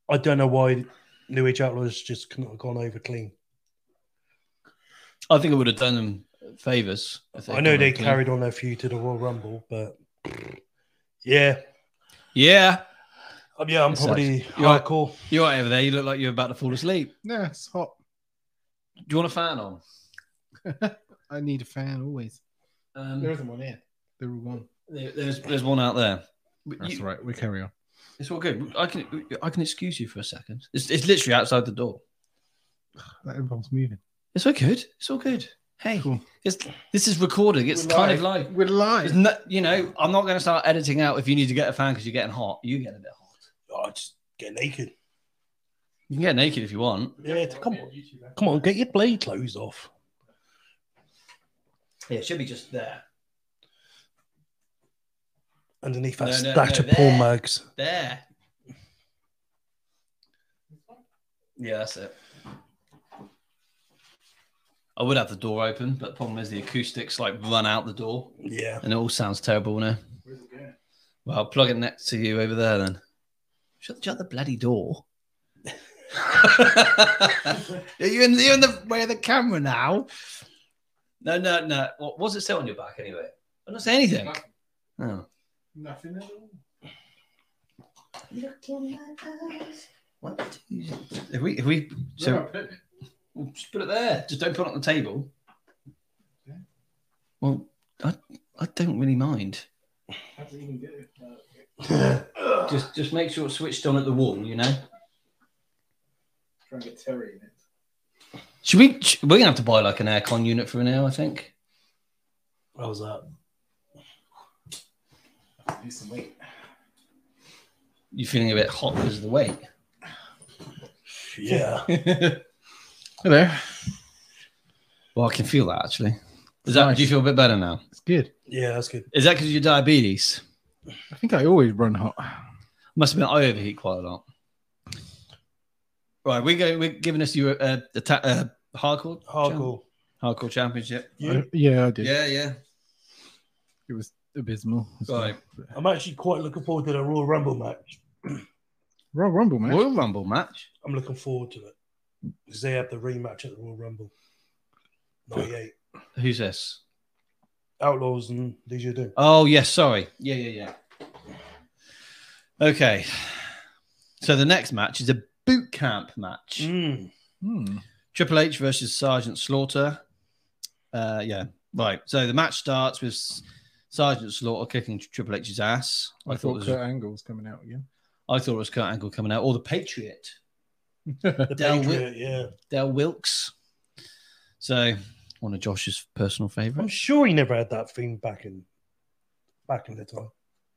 Speaker 1: I don't know why New Age Outlaws just couldn't have gone over clean.
Speaker 2: I think it would have done them favors. if
Speaker 1: I know they
Speaker 2: could have-
Speaker 1: carried on their feud to the Royal Rumble, but yeah,
Speaker 2: Yeah.
Speaker 1: Um, yeah, I'm
Speaker 2: It's
Speaker 1: probably
Speaker 2: You're right.
Speaker 1: hardcore.
Speaker 2: You're right over there. You look like you're about to fall asleep.
Speaker 3: Yeah, it's hot.
Speaker 2: Do you want a fan on?
Speaker 3: I need a fan always.
Speaker 2: Um,
Speaker 3: isn't one here. There were one.
Speaker 2: there- there's there's one out there.
Speaker 3: That's
Speaker 2: You-
Speaker 3: right. We carry on.
Speaker 2: It's all good. I can I can excuse you for a second. It's, it's literally outside the door.
Speaker 3: That involves moving.
Speaker 2: It's all good. It's all good. Hey,
Speaker 3: Cool.
Speaker 2: it's, this is recording. It's
Speaker 3: We're
Speaker 2: kind
Speaker 3: live.
Speaker 2: of live.
Speaker 3: We're
Speaker 2: It's
Speaker 3: live.
Speaker 2: not, you know, I'm not going to start editing out if you need to get a fan because you're getting hot. You get a bit hot.
Speaker 1: Oh, just get naked.
Speaker 2: You can get naked if you want.
Speaker 1: Yeah, come on, come on, get your blade clothes off.
Speaker 2: Yeah, it should be just there.
Speaker 1: Underneath
Speaker 2: No,
Speaker 1: that
Speaker 2: no,
Speaker 1: stack
Speaker 2: no,
Speaker 1: of porn
Speaker 2: there.
Speaker 1: mugs.
Speaker 2: There. Yeah, that's it. I would have the door open, but the problem is the acoustics like run out the door
Speaker 1: Yeah,
Speaker 2: and it all sounds terrible now. Well, I'll plug it next to you over there then. Shut, shut the bloody door. <laughs> you're, in, you're in the way of the camera now. No, no, no. What was it say on your back anyway? I'm not saying anything. Oh.
Speaker 3: Nothing at all.
Speaker 2: Look in my eyes. One, two. If we, if we,
Speaker 3: <laughs>
Speaker 2: so we'll just put it there. Just don't put it on the table.
Speaker 3: Yeah.
Speaker 2: Well, I, I don't really mind.
Speaker 3: How does it even do?
Speaker 2: Just just make sure it's switched on at the wall, you know.
Speaker 3: Try and get Terry in it.
Speaker 2: Should we? sh- We're gonna have to buy like an aircon unit for now, I think.
Speaker 1: What was that?
Speaker 3: Lose some weight.
Speaker 2: You're feeling a bit hot because of the weight.
Speaker 1: Yeah.
Speaker 3: Hello.
Speaker 2: Well, I can feel that actually. Is that? Do you feel a bit better now?
Speaker 3: It's good.
Speaker 1: Yeah, that's good.
Speaker 2: Is that because of your diabetes?
Speaker 3: I think I always run hot.
Speaker 2: Must have been I overheat quite a lot. Right, we go. We're giving us your uh, atta- uh, hardcore
Speaker 1: Hardcore.
Speaker 2: champ- hardcore championship.
Speaker 1: Yeah.
Speaker 3: I- yeah, I did.
Speaker 2: Yeah, yeah.
Speaker 3: It was abysmal.
Speaker 2: Right,
Speaker 1: I'm actually quite looking forward to the Royal Rumble match.
Speaker 3: Royal Rumble, man.
Speaker 2: Royal Rumble match.
Speaker 1: I'm looking forward to it because they have the rematch at the Royal Rumble. 98.
Speaker 2: Who's this?
Speaker 1: Outlaws and DJD.
Speaker 2: Oh yes, sorry. Yeah, yeah, yeah. Okay. So the next match is a boot camp match.
Speaker 1: Mm.
Speaker 3: Hmm.
Speaker 2: Triple H versus Sergeant Slaughter. Uh, yeah, right. So the match starts with S- Sergeant Slaughter kicking Triple H's ass.
Speaker 3: I,
Speaker 2: I
Speaker 3: thought
Speaker 2: thought, it was,
Speaker 3: Kurt Angle was coming out again.
Speaker 2: I thought it was Kurt Angle coming out, or the Patriot
Speaker 1: The
Speaker 2: Del
Speaker 1: Patriot, yeah.
Speaker 2: Del Wilkes. So one of Josh's personal
Speaker 1: I'm
Speaker 2: favourites.
Speaker 1: sure he never had that theme back in back in the time.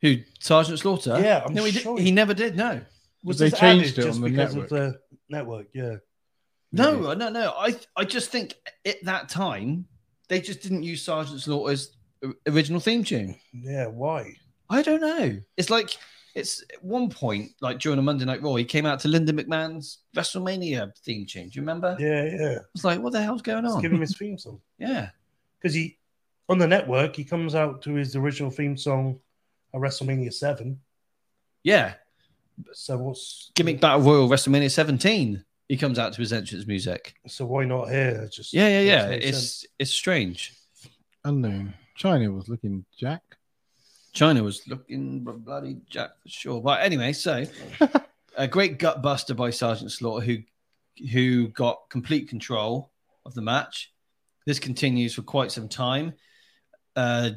Speaker 2: Who Sergeant Slaughter?
Speaker 1: Yeah, I'm
Speaker 2: no, he,
Speaker 1: sure
Speaker 2: di- he never did. No,
Speaker 1: Was
Speaker 3: They
Speaker 1: this added
Speaker 3: changed it on
Speaker 1: just
Speaker 3: the
Speaker 1: because of the network, yeah.
Speaker 2: no, no, no. I I just think at that time they just didn't use Sergeant Slaughter's o- original theme tune.
Speaker 1: Yeah, why?
Speaker 2: I don't know. It's like it's at one point, like during a Monday Night Raw, he came out to Linda McMahon's WrestleMania theme tune. Do you remember?
Speaker 1: Yeah, yeah.
Speaker 2: It's like, what the hell's going
Speaker 1: Let's
Speaker 2: on?
Speaker 1: give him his theme song.
Speaker 2: yeah,
Speaker 1: Because he on the network, he comes out to his original theme song at WrestleMania seven.
Speaker 2: yeah.
Speaker 1: So what's
Speaker 2: Gimmick Battle Royal WrestleMania 17. He comes out to his entrance music.
Speaker 1: So why not here? It Just
Speaker 2: Yeah, yeah, yeah.
Speaker 1: makes no
Speaker 2: It's
Speaker 1: sense.
Speaker 2: it's strange.
Speaker 3: Unknown. China was looking Jack.
Speaker 2: China was looking bl- bloody jack for sure. But anyway, so a great gut buster by Sergeant Slaughter, who who got complete control of the match. This continues for quite some time. Uh,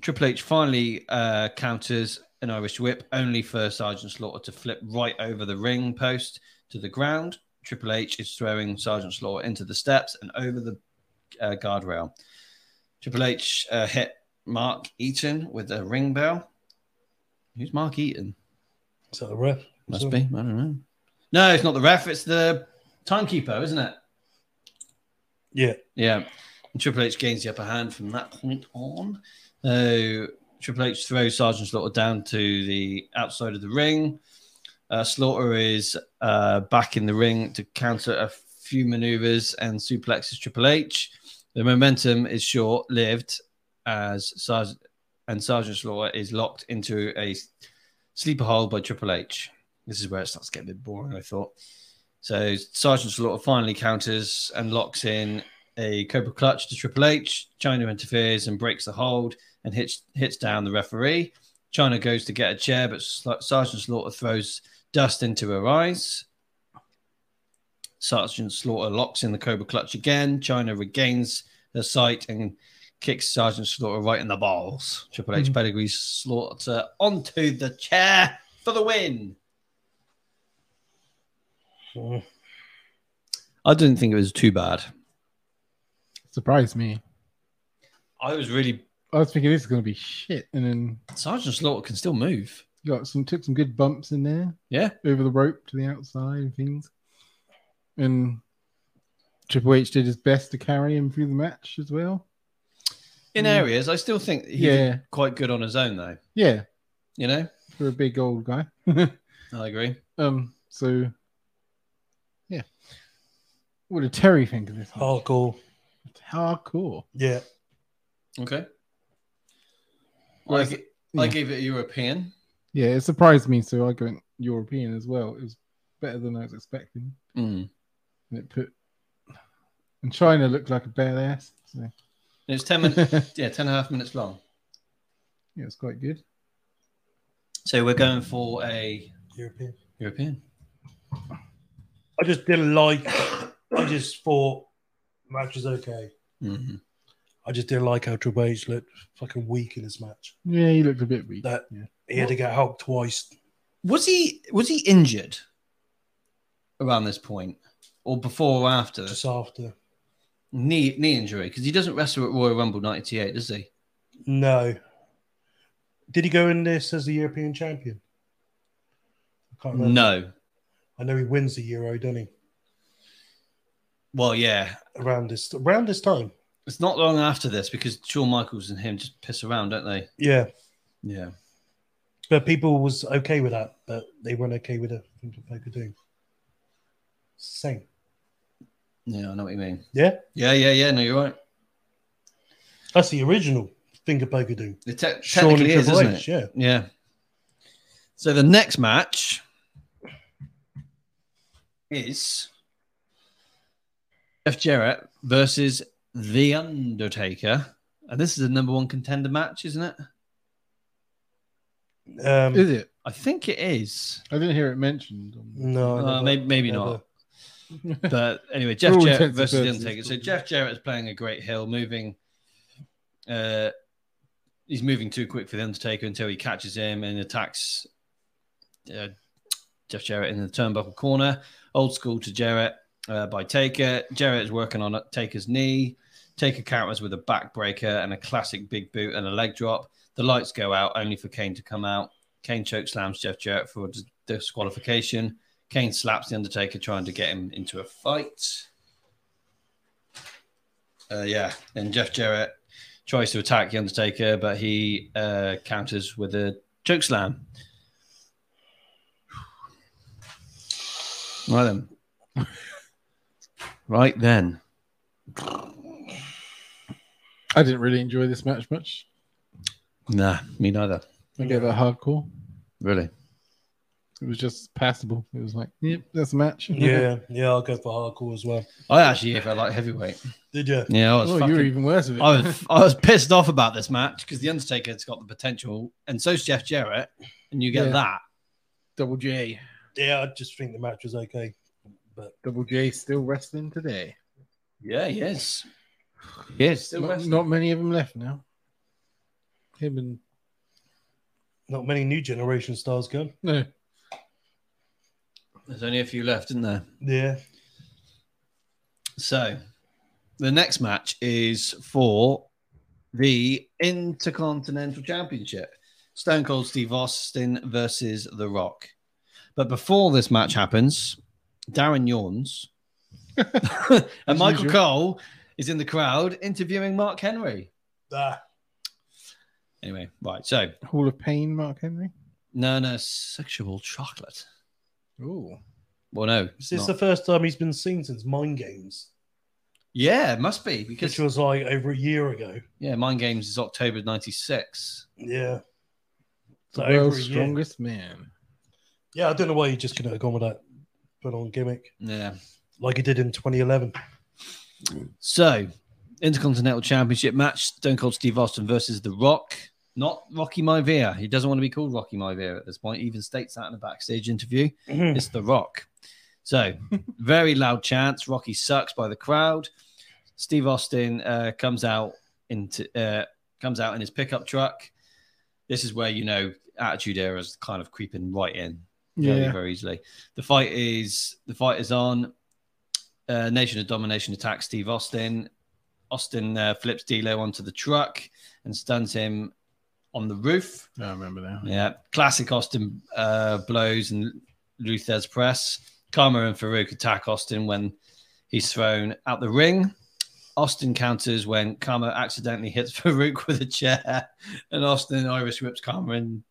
Speaker 2: Triple H finally uh, counters an Irish whip, only for Sergeant Slaughter to flip right over the ring post to the ground. Triple H is throwing Sergeant Slaughter into the steps and over the uh, guardrail. Triple H uh, hit Mark Eaton with a ring bell. Who's Mark Eaton?
Speaker 1: Is that the ref?
Speaker 2: Must
Speaker 1: So-
Speaker 2: be. I don't know. No, it's not the ref. It's the timekeeper, isn't it?
Speaker 1: Yeah.
Speaker 2: Yeah. And Triple H gains the upper hand from that point on. So Triple H throws Sergeant Slaughter down to the outside of the ring. Uh, Slaughter is uh, back in the ring to counter a few maneuvers and suplexes Triple H. The momentum is short lived as Sergeant and Sergeant Slaughter is locked into a sleeper hole by Triple H. This is where it starts to get a bit boring, I thought. So Sergeant Slaughter finally counters and locks in a Cobra clutch to Triple H. China interferes and breaks the hold and hits hits down the referee. China goes to get a chair, but Sla- Sergeant Slaughter throws dust into her eyes. Sergeant Slaughter locks in the Cobra clutch again. China regains her sight and kicks Sergeant Slaughter right in the balls. Triple H
Speaker 3: Mhm.
Speaker 2: pedigrees Slaughter onto the chair for the win.
Speaker 1: Mm.
Speaker 2: I didn't think it was too bad.
Speaker 3: Surprised me.
Speaker 2: I was really
Speaker 3: I was thinking this is going to be shit, and then
Speaker 2: Sergeant Slaughter can still move.
Speaker 3: you got some took some good bumps in there.
Speaker 2: Yeah.
Speaker 3: over the rope to the outside and things. And Triple H did his best to carry him through the match as well.
Speaker 2: In
Speaker 3: Mm.
Speaker 2: areas, I still think he
Speaker 3: yeah,
Speaker 2: did quite good on his own, though.
Speaker 3: yeah,
Speaker 2: You know,
Speaker 3: for a big old guy. <laughs>
Speaker 2: I agree.
Speaker 3: um, so yeah, what did Terry think of this? match?
Speaker 2: Oh.
Speaker 1: Hardcore.
Speaker 3: It's hardcore.
Speaker 1: Yeah.
Speaker 2: Okay.
Speaker 3: Well,
Speaker 2: I,
Speaker 3: it's-
Speaker 2: g- I
Speaker 3: yeah.
Speaker 2: gave it a European.
Speaker 3: Yeah, it surprised me, so I went European as well. It was better than I was expecting,
Speaker 2: Mm.
Speaker 3: and it put and China looked like a badass.
Speaker 2: <laughs>
Speaker 3: So
Speaker 2: And it's 10 <laughs> minutes,
Speaker 3: yeah,
Speaker 2: yeah, 10 and a half minutes long.
Speaker 3: it's quite good.
Speaker 2: So we're going for a
Speaker 1: European.
Speaker 2: Mm. European.
Speaker 1: I just didn't like I just thought match was okay.
Speaker 2: Mhm.
Speaker 1: I just didn't like how Triple H looked fucking weak in this match.
Speaker 3: Yeah, he looked a bit weak.
Speaker 1: That
Speaker 3: Yeah.
Speaker 1: he had to get help twice.
Speaker 2: Was he was he injured around this point, or before or after
Speaker 1: Just after,
Speaker 2: knee knee injury? Because he doesn't wrestle at Royal Rumble '98, does he?
Speaker 1: no. Did he go in this as the European champion? I can't remember.
Speaker 2: No.
Speaker 1: I know he wins the Euro, doesn't he?
Speaker 2: Well, yeah,
Speaker 1: Around this around this time,
Speaker 2: it's not long after this because Shawn Michaels and him just piss around, don't they?
Speaker 1: yeah.
Speaker 2: Yeah.
Speaker 1: But people was okay with that, but they weren't okay with it. I think they could do. Same.
Speaker 2: Yeah, I know what you mean.
Speaker 1: Yeah,
Speaker 2: Yeah, yeah, yeah. No, you're right.
Speaker 1: that's the original finger poker do.
Speaker 2: It te-
Speaker 1: Shawn and
Speaker 2: technically is,
Speaker 1: Triple
Speaker 2: isn't
Speaker 1: H,
Speaker 2: it?
Speaker 1: yeah.
Speaker 2: Yeah. So the next match is Jeff Jarrett versus The Undertaker. And this is a number one contender match, isn't it?
Speaker 1: Um,
Speaker 3: Is it?
Speaker 2: I think it is.
Speaker 3: I didn't hear it mentioned. On...
Speaker 1: no,
Speaker 2: Uh,
Speaker 1: never-
Speaker 2: maybe maybe
Speaker 1: never.
Speaker 2: not. But anyway, Jeff
Speaker 3: all
Speaker 2: Jarrett
Speaker 3: intents and
Speaker 2: versus The
Speaker 3: purposes,
Speaker 2: Undertaker. So
Speaker 3: probably.
Speaker 2: Jeff Jarrett is playing a great hill, moving. Uh, he's moving too quick for The Undertaker until he catches him and attacks uh, Jeff Jarrett in the turnbuckle corner. Old school to Jarrett uh, by Taker. Jarrett is working on Taker's knee. Taker counters with a backbreaker and a classic big boot and a leg drop. The lights go out, only for Kane to come out. Kane choke slams Jeff Jarrett for dis- disqualification. Kane slaps the Undertaker, trying to get him into a fight. Uh, yeah, and Jeff Jarrett tries to attack the Undertaker, but he uh, counters with a choke slam. <sighs> Right then. right then.
Speaker 3: I didn't really enjoy this match much.
Speaker 2: Nah, me neither.
Speaker 3: I gave it a hardcore.
Speaker 2: Really.
Speaker 3: It was just passable. It was like, yep, that's a match.
Speaker 1: Yeah, yeah, I'll go for hardcore as well.
Speaker 2: I actually gave it like heavyweight.
Speaker 1: Did you?
Speaker 2: Yeah, I was
Speaker 3: <laughs> Oh,
Speaker 2: fucking
Speaker 3: you were even worse with it.
Speaker 2: I
Speaker 3: <laughs>
Speaker 2: was I was pissed off about this match because the Undertaker's got the potential, and so's Jeff Jarrett, and you get
Speaker 3: Yeah.
Speaker 2: that.
Speaker 3: Double J.
Speaker 1: Yeah, I just think the match was okay. But
Speaker 3: Double J still wrestling today.
Speaker 2: Yeah, he is. He is. Still
Speaker 3: Not,
Speaker 2: wrestling.
Speaker 3: not many of them left now. Him and
Speaker 1: not many new generation stars gone.
Speaker 3: no,
Speaker 2: There's only a few left, isn't there?
Speaker 1: Yeah,
Speaker 2: So, the next match is for the Intercontinental Championship. Stone Cold Steve Austin versus The Rock. But before this match happens, Darren
Speaker 3: <laughs>
Speaker 2: yawns. and
Speaker 3: As
Speaker 2: Michael
Speaker 3: usual.
Speaker 2: Cole is in the crowd interviewing Mark Henry.
Speaker 1: ah,
Speaker 2: Anyway, right. So,
Speaker 3: Hall of Pain, Mark Henry.
Speaker 2: no, no, sexual chocolate.
Speaker 3: Oh,
Speaker 2: Well, no.
Speaker 1: is
Speaker 2: it's
Speaker 1: this
Speaker 2: not.
Speaker 1: the first time he's been seen since Mind Games,
Speaker 2: yeah, it must be because,
Speaker 1: which was like over a year ago?
Speaker 2: yeah, Mind Games is October 96.
Speaker 1: Yeah,
Speaker 3: the
Speaker 1: So over a
Speaker 3: world's
Speaker 1: year.
Speaker 3: strongest man.
Speaker 1: yeah. I don't know why he just couldn't have gone with that put on gimmick
Speaker 2: Yeah.
Speaker 1: like he did in 2011.
Speaker 2: So, Intercontinental Championship match: Stone Cold Steve Austin versus The Rock. Not Rocky Maivia. He doesn't want to be called Rocky Maivia at this point. He even states that in a backstage interview.
Speaker 3: Mm-hmm.
Speaker 2: It's The Rock. So, very loud chants. Rocky sucks by the crowd. Steve Austin uh, comes out into uh, comes out in his pickup truck. This is where you know Attitude Era is kind of creeping right in very,
Speaker 3: Yeah,
Speaker 2: very easily. The fight is the fight is on. Uh, Nation of Domination attacks Steve Austin. Austin uh, flips D'Lo onto the truck and stuns him on the roof.
Speaker 3: I remember that.
Speaker 2: Yeah, classic Austin uh, blows and Luther's press. Karma and Farouk attack Austin when he's thrown out the ring. Austin counters when Karma accidentally hits <laughs> Farouk with a chair, and Austin Irish whips Karma in,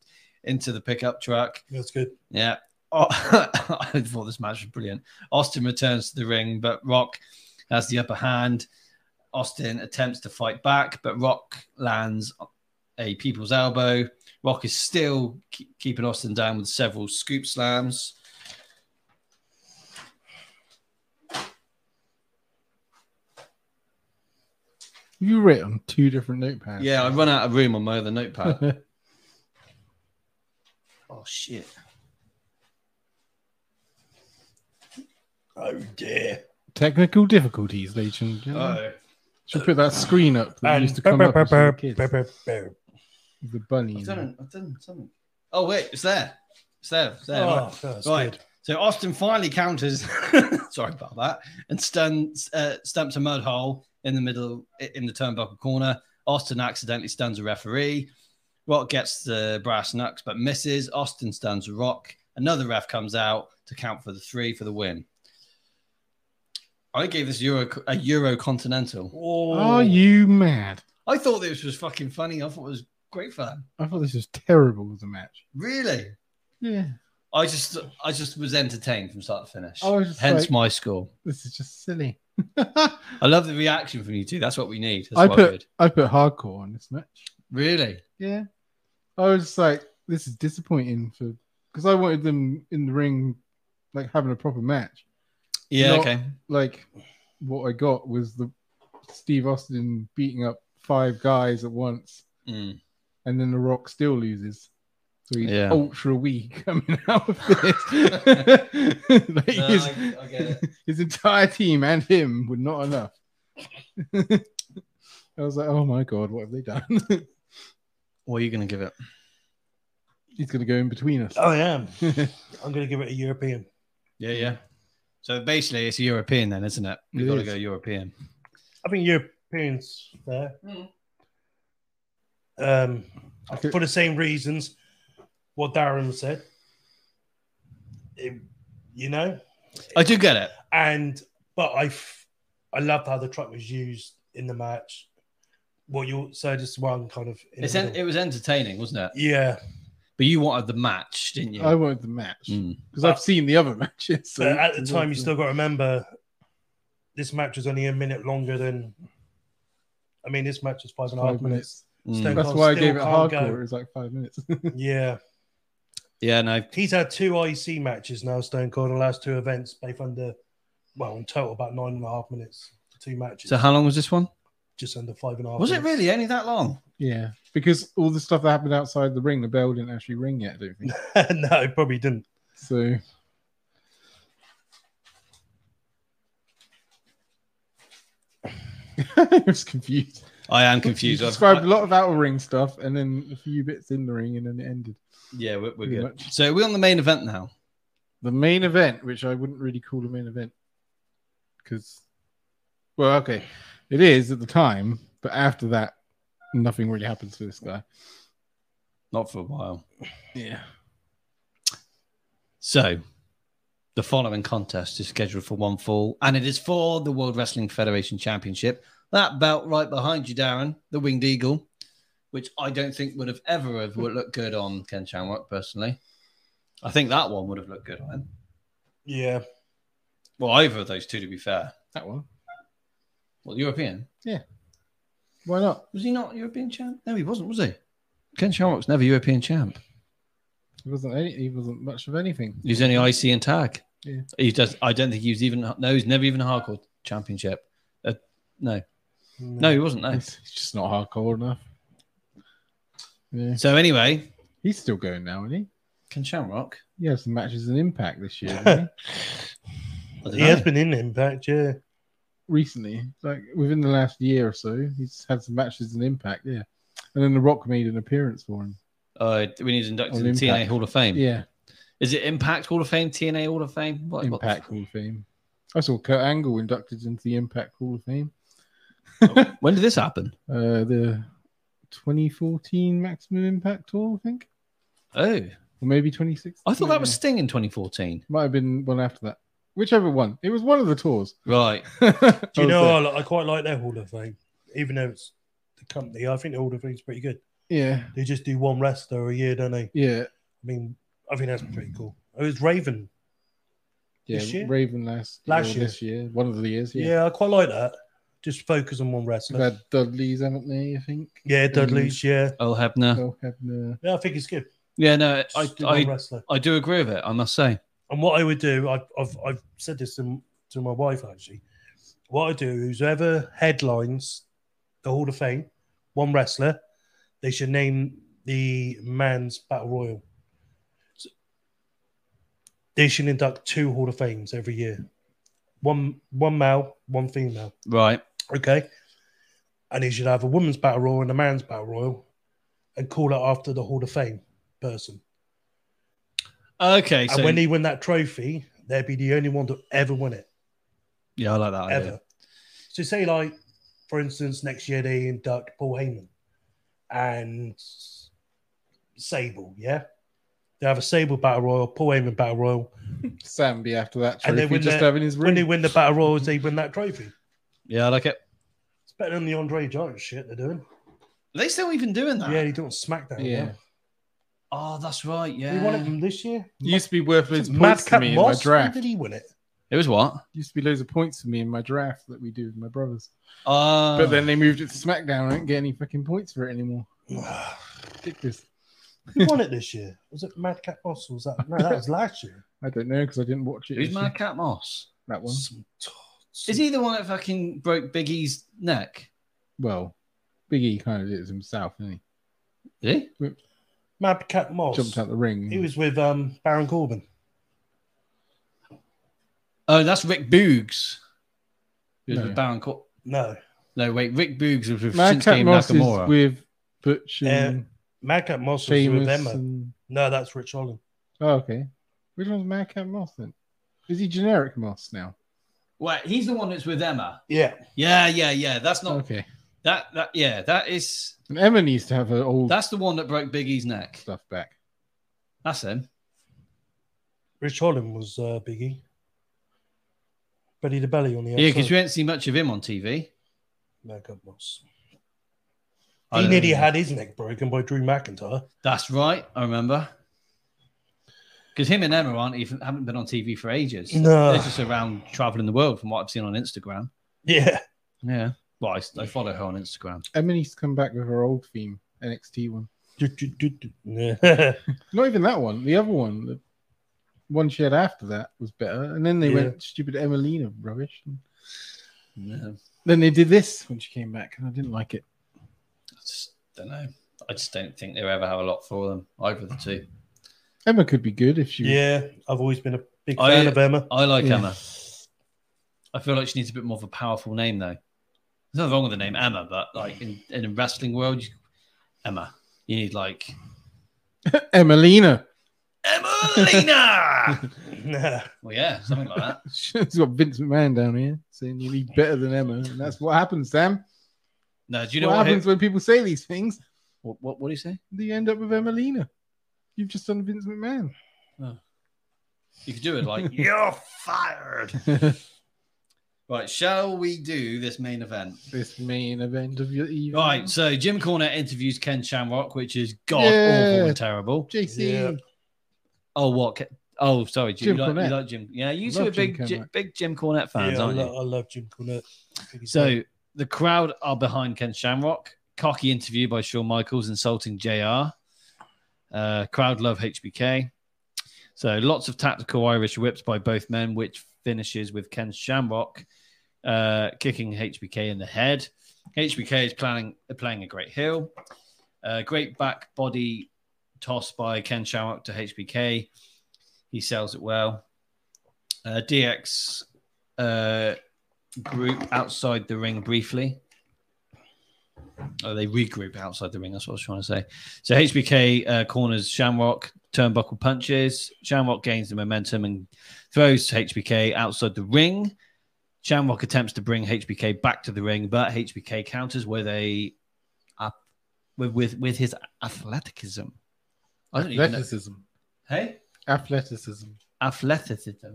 Speaker 2: into the pickup truck.
Speaker 1: <laughs> That's good.
Speaker 2: Yeah. Oh, <laughs> I thought this match was brilliant. Austin returns to the ring, but Rock has the upper hand. Austin attempts to fight back, but Rock lands a people's elbow. Rock is still keep, keeping Austin down with several scoop slams.
Speaker 3: You wrote on two different notepads.
Speaker 2: Yeah, I run out of room on my other notepad. <laughs>
Speaker 3: <laughs>
Speaker 2: oh, shit.
Speaker 1: Oh dear. Oh,
Speaker 3: Technical difficulties, ladies and gentlemen.
Speaker 2: Oh,
Speaker 3: Should put that screen up that
Speaker 1: And
Speaker 3: used to come up as little kids,
Speaker 1: Oh,
Speaker 3: with the
Speaker 2: I've
Speaker 3: bunny. in it.
Speaker 2: done, I've done something. Oh wait, it's there. It's there. It's there. Right.
Speaker 1: Oh, that's
Speaker 2: Right.
Speaker 1: good.
Speaker 2: So Austin finally counters. <laughs> sorry about that. And stuns, uh, stamps a mud hole in the middle in the turnbuckle corner. Austin accidentally stuns a referee. Rock gets the brass knucks but misses. Austin stuns Rock. Another ref comes out to count for the three for the win. I gave this Euro a Euro Continental.
Speaker 1: Oh.
Speaker 3: Are you mad?
Speaker 2: I thought this was fucking funny. I thought it was great fun.
Speaker 3: I thought this was terrible as a match.
Speaker 2: Really?
Speaker 3: Yeah,
Speaker 2: I just I just was entertained from start to finish.
Speaker 3: I was just
Speaker 2: Hence
Speaker 3: like-
Speaker 2: my score.
Speaker 3: this is just silly. <laughs>
Speaker 2: I love the reaction from you two. That's what we need. That's
Speaker 3: I
Speaker 2: what
Speaker 3: put
Speaker 2: good.
Speaker 3: I put hardcore on this match.
Speaker 2: Really?
Speaker 3: Yeah, I was just like, this is disappointing for because I wanted them in the ring, like having a proper match.
Speaker 2: Yeah.
Speaker 3: Not-
Speaker 2: okay.
Speaker 3: Like what I got was the Steve Austin beating up five guys at once,
Speaker 2: Mm.
Speaker 3: and then The Rock still loses. So he's
Speaker 2: Yeah.
Speaker 3: ultra weak <laughs> coming out of this. <laughs> like
Speaker 2: No,
Speaker 3: his,
Speaker 2: I- I get it.
Speaker 3: his entire team and him were not enough. <laughs> I was like, oh my god, what have they done? <laughs>
Speaker 2: What are you going to give it?
Speaker 3: he's gonna go in between <laughs> us.
Speaker 1: I am. I'm going to give it a European.
Speaker 2: Yeah, yeah. So basically, it's European then, isn't it? We've
Speaker 3: It
Speaker 2: got to
Speaker 3: is.
Speaker 2: go European.
Speaker 1: I think Europeans there. Um,
Speaker 3: Okay.
Speaker 1: For the same reasons what Darren said. It- you know?
Speaker 2: I do get it.
Speaker 1: And, but I, f- I loved how the truck was used in the match. What you so just one kind of. in the
Speaker 2: It's en-
Speaker 1: middle.
Speaker 2: it was entertaining, wasn't it?
Speaker 1: yeah.
Speaker 2: But you wanted the match, didn't you?
Speaker 3: I wanted the match because
Speaker 2: Mm.
Speaker 1: But-
Speaker 3: I've seen the other <laughs> matches. So
Speaker 1: But at the time, you still got to remember this match was only a minute longer than. I mean, this match was five and a half
Speaker 3: Five
Speaker 1: minutes.
Speaker 3: minutes.
Speaker 2: Mm.
Speaker 1: Stone-
Speaker 3: That's
Speaker 1: Cold
Speaker 3: why I
Speaker 1: still
Speaker 3: gave it
Speaker 1: can't
Speaker 3: hardcore.
Speaker 1: go.
Speaker 3: It was like five minutes. <laughs>
Speaker 1: Yeah.
Speaker 2: Yeah, no.
Speaker 1: He's had two IC matches now, Stone Cold, the last two events, both under, well, in total, about nine and a half minutes. Two matches.
Speaker 2: So how long was this one?
Speaker 1: just under five
Speaker 3: Oh,
Speaker 1: and a half.
Speaker 2: Was it
Speaker 1: minutes.
Speaker 2: really only that long?
Speaker 3: yeah, because all the stuff that happened outside the ring, the bell didn't actually ring yet. I don't
Speaker 1: <laughs>
Speaker 3: think
Speaker 1: no, it probably didn't.
Speaker 3: so. <laughs> I was confused.
Speaker 2: I am
Speaker 3: You
Speaker 2: confused. I've-
Speaker 3: described a lot of outer ring stuff and then a few bits in the ring, and then it ended.
Speaker 2: yeah, we're, we're
Speaker 3: Pretty
Speaker 2: good.
Speaker 3: much.
Speaker 2: So we're on the main event now.
Speaker 3: The main event, which I wouldn't really call a main event, because, well, okay, it is at the time, but after that, nothing really happens for this guy.
Speaker 2: Not for a while.
Speaker 3: Yeah.
Speaker 2: So, the following contest is scheduled for one fall, and it is for the World Wrestling Federation Championship. That belt right behind you, Darren, the Winged Eagle, which I don't think would have ever have would looked good on Ken Shamrock personally. I think that one would have looked good on him.
Speaker 1: Yeah.
Speaker 2: Well, either of those two, to be fair.
Speaker 3: That one.
Speaker 2: Well, European
Speaker 3: Why not?
Speaker 2: was he not European champ? No, he wasn't, was he? Ken Shamrock's never European champ.
Speaker 3: He wasn't any, he wasn't much of anything.
Speaker 2: He's only IC and tag.
Speaker 3: Yeah.
Speaker 2: He does. I don't think he was even. No, he's never even a hardcore championship. Uh, no, no, he wasn't. No.
Speaker 3: He's, he's just not hardcore enough. Yeah.
Speaker 2: So anyway,
Speaker 3: He's still going now, isn't he?
Speaker 2: Ken Shamrock.
Speaker 3: He has some matches in Impact this year, hasn't he?
Speaker 2: I don't
Speaker 1: He has
Speaker 2: know.
Speaker 1: been in Impact, yeah.
Speaker 3: recently, like within the last year or so, he's had some matches in Impact, yeah. And then The Rock made an appearance for him.
Speaker 2: Uh, we need to induct
Speaker 3: On
Speaker 2: in the TNA
Speaker 3: Impact.
Speaker 2: Hall of Fame.
Speaker 3: Yeah,
Speaker 2: Is it Impact Hall of Fame? TNA Hall of Fame? What, what the
Speaker 3: Impact Hall of Fame. I saw Kurt Angle inducted into the Impact Hall of Fame.
Speaker 2: f- when did this happen?
Speaker 3: Uh, the 2014 Maximum Impact Tour, I think,
Speaker 2: Oh,
Speaker 3: or maybe 26.
Speaker 2: I thought that was Sting in 2014.
Speaker 3: might have been one after that. Whichever one, it was one of the tours. <laughs>
Speaker 2: Right.
Speaker 1: Do you know, I, li- I quite like their Hall of Fame, even though it's the company. I think the Hall of Fame's pretty good.
Speaker 3: Yeah,
Speaker 1: They just do one wrestler a year, don't they?
Speaker 3: yeah,
Speaker 1: I mean, I think that's pretty cool. It was Raven. This
Speaker 3: yeah.
Speaker 1: year?
Speaker 3: Raven last
Speaker 1: Last
Speaker 3: or this year, one of the years.
Speaker 1: Yeah.
Speaker 3: Yeah,
Speaker 1: I quite like that. Just focus on one wrestler.
Speaker 3: they've had Dudley's, haven't they? I think.
Speaker 1: yeah, Dudley's. Yeah,
Speaker 2: Earl Hebner.
Speaker 3: They'll have the-
Speaker 1: yeah. I think it's good.
Speaker 2: Yeah, no, I,
Speaker 1: Just do one
Speaker 2: I,
Speaker 1: wrestler.
Speaker 2: I do agree with it, I must say.
Speaker 1: And what I would do, I've I've, I've said this to, to my wife actually. What I do is whoever headlines the Hall of Fame, one wrestler, they should name the man's battle royal. So they should induct two Hall of Fames every year, one one male, one female.
Speaker 2: Right.
Speaker 1: Okay. and he should have a women's battle royal and a man's battle royal, and call it after the Hall of Fame person.
Speaker 2: Okay, so
Speaker 1: and when he win that trophy, they'd be the only one to ever win it
Speaker 2: yeah, I like that
Speaker 1: ever.
Speaker 2: idea.
Speaker 1: So say like, for instance, next year they induct Paul Heyman and Sable, yeah. They have a Sable Battle Royal, Paul Heyman Battle Royal.
Speaker 3: Sam be after that
Speaker 1: And
Speaker 3: trophy
Speaker 1: then when
Speaker 3: just
Speaker 1: the-
Speaker 3: having his
Speaker 1: When
Speaker 3: room.
Speaker 1: they win the Battle Royals, they win that trophy.
Speaker 2: Yeah, I like it.
Speaker 1: It's better than the Andre Giant shit they're doing.
Speaker 2: Are they still even doing that?
Speaker 1: Yeah, they don't smack that.
Speaker 3: yeah,
Speaker 1: Yeah,
Speaker 2: Oh, that's right.
Speaker 1: yeah.
Speaker 2: Yeah.
Speaker 1: he won it from this year.
Speaker 3: used to be worth loads of points to
Speaker 1: Madcap
Speaker 3: me
Speaker 1: Moss.
Speaker 3: in my
Speaker 1: When
Speaker 3: draft.
Speaker 1: did he win it? <sighs>
Speaker 2: It was what?
Speaker 3: Used to be loads of points to me in my draft that we do with my brothers.
Speaker 2: Uh,
Speaker 3: but then they moved it to SmackDown. I don't get any fucking points for it anymore.
Speaker 1: Who
Speaker 3: Ridiculous.
Speaker 1: won it this year? Was it Madcap Moss? Or was that no? That was last
Speaker 2: <laughs>
Speaker 1: year.
Speaker 3: I don't know because I didn't watch it.
Speaker 2: who's
Speaker 3: this
Speaker 2: my
Speaker 3: year.
Speaker 2: cat Moss?
Speaker 3: That one.
Speaker 1: Some t-
Speaker 2: Is he the one that fucking broke Biggie's neck?
Speaker 3: Well, Big E kind of did it himself, didn't he?
Speaker 2: Did he?
Speaker 1: Madcap Moss?
Speaker 3: Jumped out the ring.
Speaker 1: He was with um, Baron Corbin.
Speaker 2: Oh, that's Rick Boogs. Who's
Speaker 3: No.
Speaker 2: with Baron Cor-
Speaker 1: No,
Speaker 2: No, wait, Rick Boogs was with
Speaker 3: Madcap
Speaker 2: Shinsuke
Speaker 3: Moss is
Speaker 2: Nakamura.
Speaker 3: with Butch
Speaker 1: Uh,
Speaker 3: and
Speaker 1: Madcap Moss was with
Speaker 3: Famous.
Speaker 1: Emma.
Speaker 3: And...
Speaker 1: No, that's Rich Holland.
Speaker 3: Oh, okay. Which one's Madcap Moss then? Is he generic Moss now?
Speaker 2: Wait, he's the one that's with Emma.
Speaker 1: Yeah,
Speaker 2: Yeah, yeah, yeah. That's not
Speaker 3: Okay.
Speaker 2: that. That yeah, that is.
Speaker 3: And Emma needs to have her old
Speaker 2: That's the one that broke Biggie's neck.
Speaker 3: stuff back.
Speaker 2: That's him.
Speaker 1: Rich Holland was uh, Biggie. Belly to belly on the
Speaker 2: Yeah, because
Speaker 1: outside.
Speaker 2: we don't see much of him on TV.
Speaker 1: Madcap Moss.
Speaker 2: I
Speaker 1: He
Speaker 2: don't
Speaker 1: nearly
Speaker 2: know.
Speaker 1: had his neck broken by Drew McIntyre.
Speaker 2: That's right. I remember. Because him and Emma aren't even haven't been on TV for ages.
Speaker 1: No.
Speaker 2: They're just around traveling the world, from what I've seen on Instagram.
Speaker 1: Yeah,
Speaker 2: Yeah. Well, I, I follow her on Instagram.
Speaker 3: Emma needs to come back with her old theme, NXT one.
Speaker 1: Du- du- du-
Speaker 2: <laughs>
Speaker 1: du- yeah.
Speaker 3: Not even that one. The other one, the one she had after that was better. And then they
Speaker 1: Yeah.
Speaker 3: went stupid Emelina rubbish. And
Speaker 2: Yeah.
Speaker 3: then they did this when she came back, and I didn't like it.
Speaker 2: I just don't know. I just don't think they ever have a lot for them, either of the two.
Speaker 3: Emma could be good if she.
Speaker 1: yeah. I've always been a big
Speaker 2: I-
Speaker 1: fan of Emma. <laughs>
Speaker 2: I like
Speaker 3: Yeah.
Speaker 2: Emma. I feel like she needs a bit more of a powerful name, though. There's nothing wrong with the name Emma, but like in, in the wrestling world, you, Emma, you need like
Speaker 3: Emelina.
Speaker 2: Emelina.
Speaker 1: Nah.
Speaker 2: well, yeah, something like that.
Speaker 3: <laughs> She's got Vince McMahon down here saying you need better than Emma. And that's what happens, Sam.
Speaker 2: No, do you know
Speaker 3: what
Speaker 2: what?
Speaker 3: happens
Speaker 2: What,
Speaker 3: when people say these things?
Speaker 2: what, what, do you say?
Speaker 3: They end up with Emelina. You've just done
Speaker 2: <laughs>
Speaker 3: Vince McMahon.
Speaker 2: You could do it
Speaker 3: <laughs>
Speaker 2: like you're fired. Right? Shall we do this main event?
Speaker 3: this main event of your evening.
Speaker 2: Right. So Jim Cornette interviews Ken Shamrock, which is god
Speaker 3: Yeah.
Speaker 2: awful and terrible.
Speaker 3: JC.
Speaker 1: Yeah.
Speaker 2: Oh, what? Ke- Oh, sorry, Jim.
Speaker 3: Jim
Speaker 2: you, like,
Speaker 3: Cornette.
Speaker 2: you like Jim? Yeah, you two
Speaker 3: Love
Speaker 2: are
Speaker 3: Jim
Speaker 2: big, Jim
Speaker 3: Cornette.
Speaker 2: big Jim Cornette
Speaker 1: yeah,
Speaker 2: fans,
Speaker 1: I,
Speaker 2: aren't you?
Speaker 1: lo- I love Jim Cornette. I think he's
Speaker 2: So the crowd are behind Ken Shamrock. Cocky interview by Shawn Michaels insulting JR. Uh, crowd love HBK. So lots of tactical Irish whips by both men, which finishes with Ken Shamrock uh, kicking HBK in the head. HBK is planning, playing a great heel. Uh, great back body toss by Ken Shamrock to HBK. He sells it well. Uh, DX uh, group outside the ring briefly. Oh, they regroup outside the ring. That's what I was trying to say. So HBK uh, corners Shamrock, turnbuckle punches. Shamrock gains the momentum and throws HBK outside the ring. Shamrock attempts to bring HBK back to the ring, but HBK counters with a up with with, with his athleticism. I don't even know.
Speaker 3: Athleticism.
Speaker 2: Hey,
Speaker 3: Athleticism.
Speaker 2: athleticism.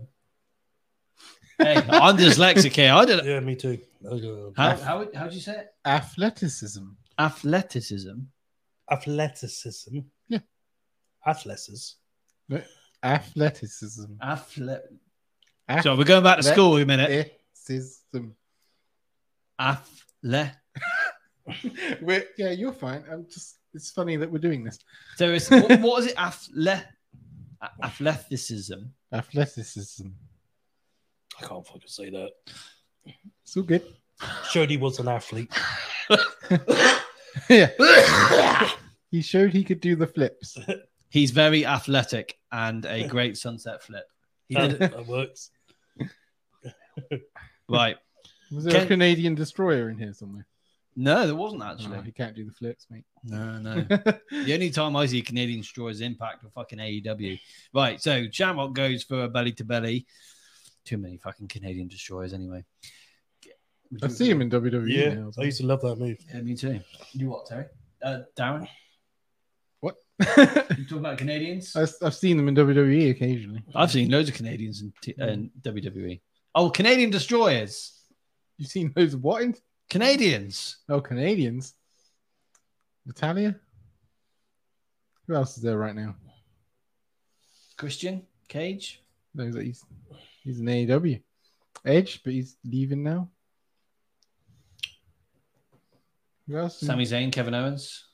Speaker 2: hey, I'm dyslexic here. I don't.
Speaker 1: great. yeah, me too. Uh,
Speaker 2: How how would- how'd you say it?
Speaker 3: Athleticism.
Speaker 2: athleticism.
Speaker 1: Athleticism.
Speaker 3: Yeah.
Speaker 1: Athletes.
Speaker 3: Athleticism.
Speaker 2: Athle-
Speaker 3: Ah,
Speaker 2: so we're going back to school in a minute.
Speaker 3: Athleticism.
Speaker 2: Athle-
Speaker 3: We're, yeah, you're fine. I'm just. It's funny that we're doing this.
Speaker 2: there is what, what is it? Athle- a- athleticism.
Speaker 3: Athleticism.
Speaker 1: I can't fucking say that.
Speaker 3: It's all good. <laughs>
Speaker 1: Showed he was an athlete.
Speaker 3: yeah. He showed he could do the flips.
Speaker 2: He's very athletic and a great sunset flip. He did <laughs>
Speaker 3: <laughs>
Speaker 1: That,
Speaker 2: it
Speaker 1: that works.
Speaker 2: right.
Speaker 3: Was there a
Speaker 2: Can-
Speaker 3: Canadian destroyer in here somewhere?
Speaker 2: No, there wasn't
Speaker 3: Oh,
Speaker 2: actually.
Speaker 3: he can't do the flips, mate. <laughs>
Speaker 2: No, no. the only time I see Canadian destroyers impact are fucking AEW. Right, so Shamrock goes for a belly to belly. Too many fucking Canadian destroyers anyway.
Speaker 3: I see him in WWE.
Speaker 1: Yeah,
Speaker 3: now, so- <laughs>
Speaker 1: I used to love that move.
Speaker 2: Yeah, me too. You what, Terry? Uh, Darren,
Speaker 3: I-
Speaker 2: you talk about Canadians?
Speaker 3: I've seen them in WWE occasionally. <laughs>
Speaker 2: I've seen loads of Canadians in, t- in WWE. Oh, Canadian destroyers.
Speaker 3: You've seen those what? In-
Speaker 2: Canadians.
Speaker 3: oh, Canadians. Natalia. Who else is there right now?
Speaker 2: Christian Cage.
Speaker 3: No, he's- he's he's an AEW Edge, but he's leaving now. Who else?
Speaker 2: Sami Zayn, Kevin Owens.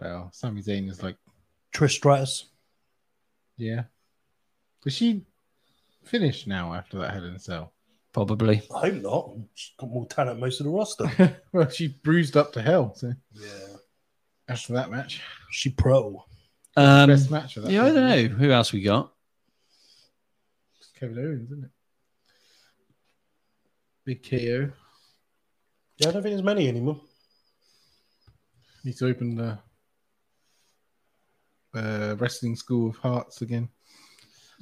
Speaker 3: Well, Sami Zayn is like,
Speaker 1: Trish Stratus.
Speaker 3: yeah. Was she finished now after that Hell in a Cell?
Speaker 2: Probably.
Speaker 1: I hope not. She's got more talent than most of the <laughs> roster.
Speaker 3: well, she bruised up to hell. So
Speaker 1: yeah.
Speaker 3: after that match,
Speaker 1: She pro.
Speaker 2: Um,
Speaker 3: best match of that.
Speaker 2: yeah, I don't
Speaker 3: season.
Speaker 2: know. Who else we got?
Speaker 3: It's Kevin Owens, isn't it? Big KO.
Speaker 1: Yeah, I don't think there's many anymore.
Speaker 3: Needs to open the uh, wrestling school of hearts again.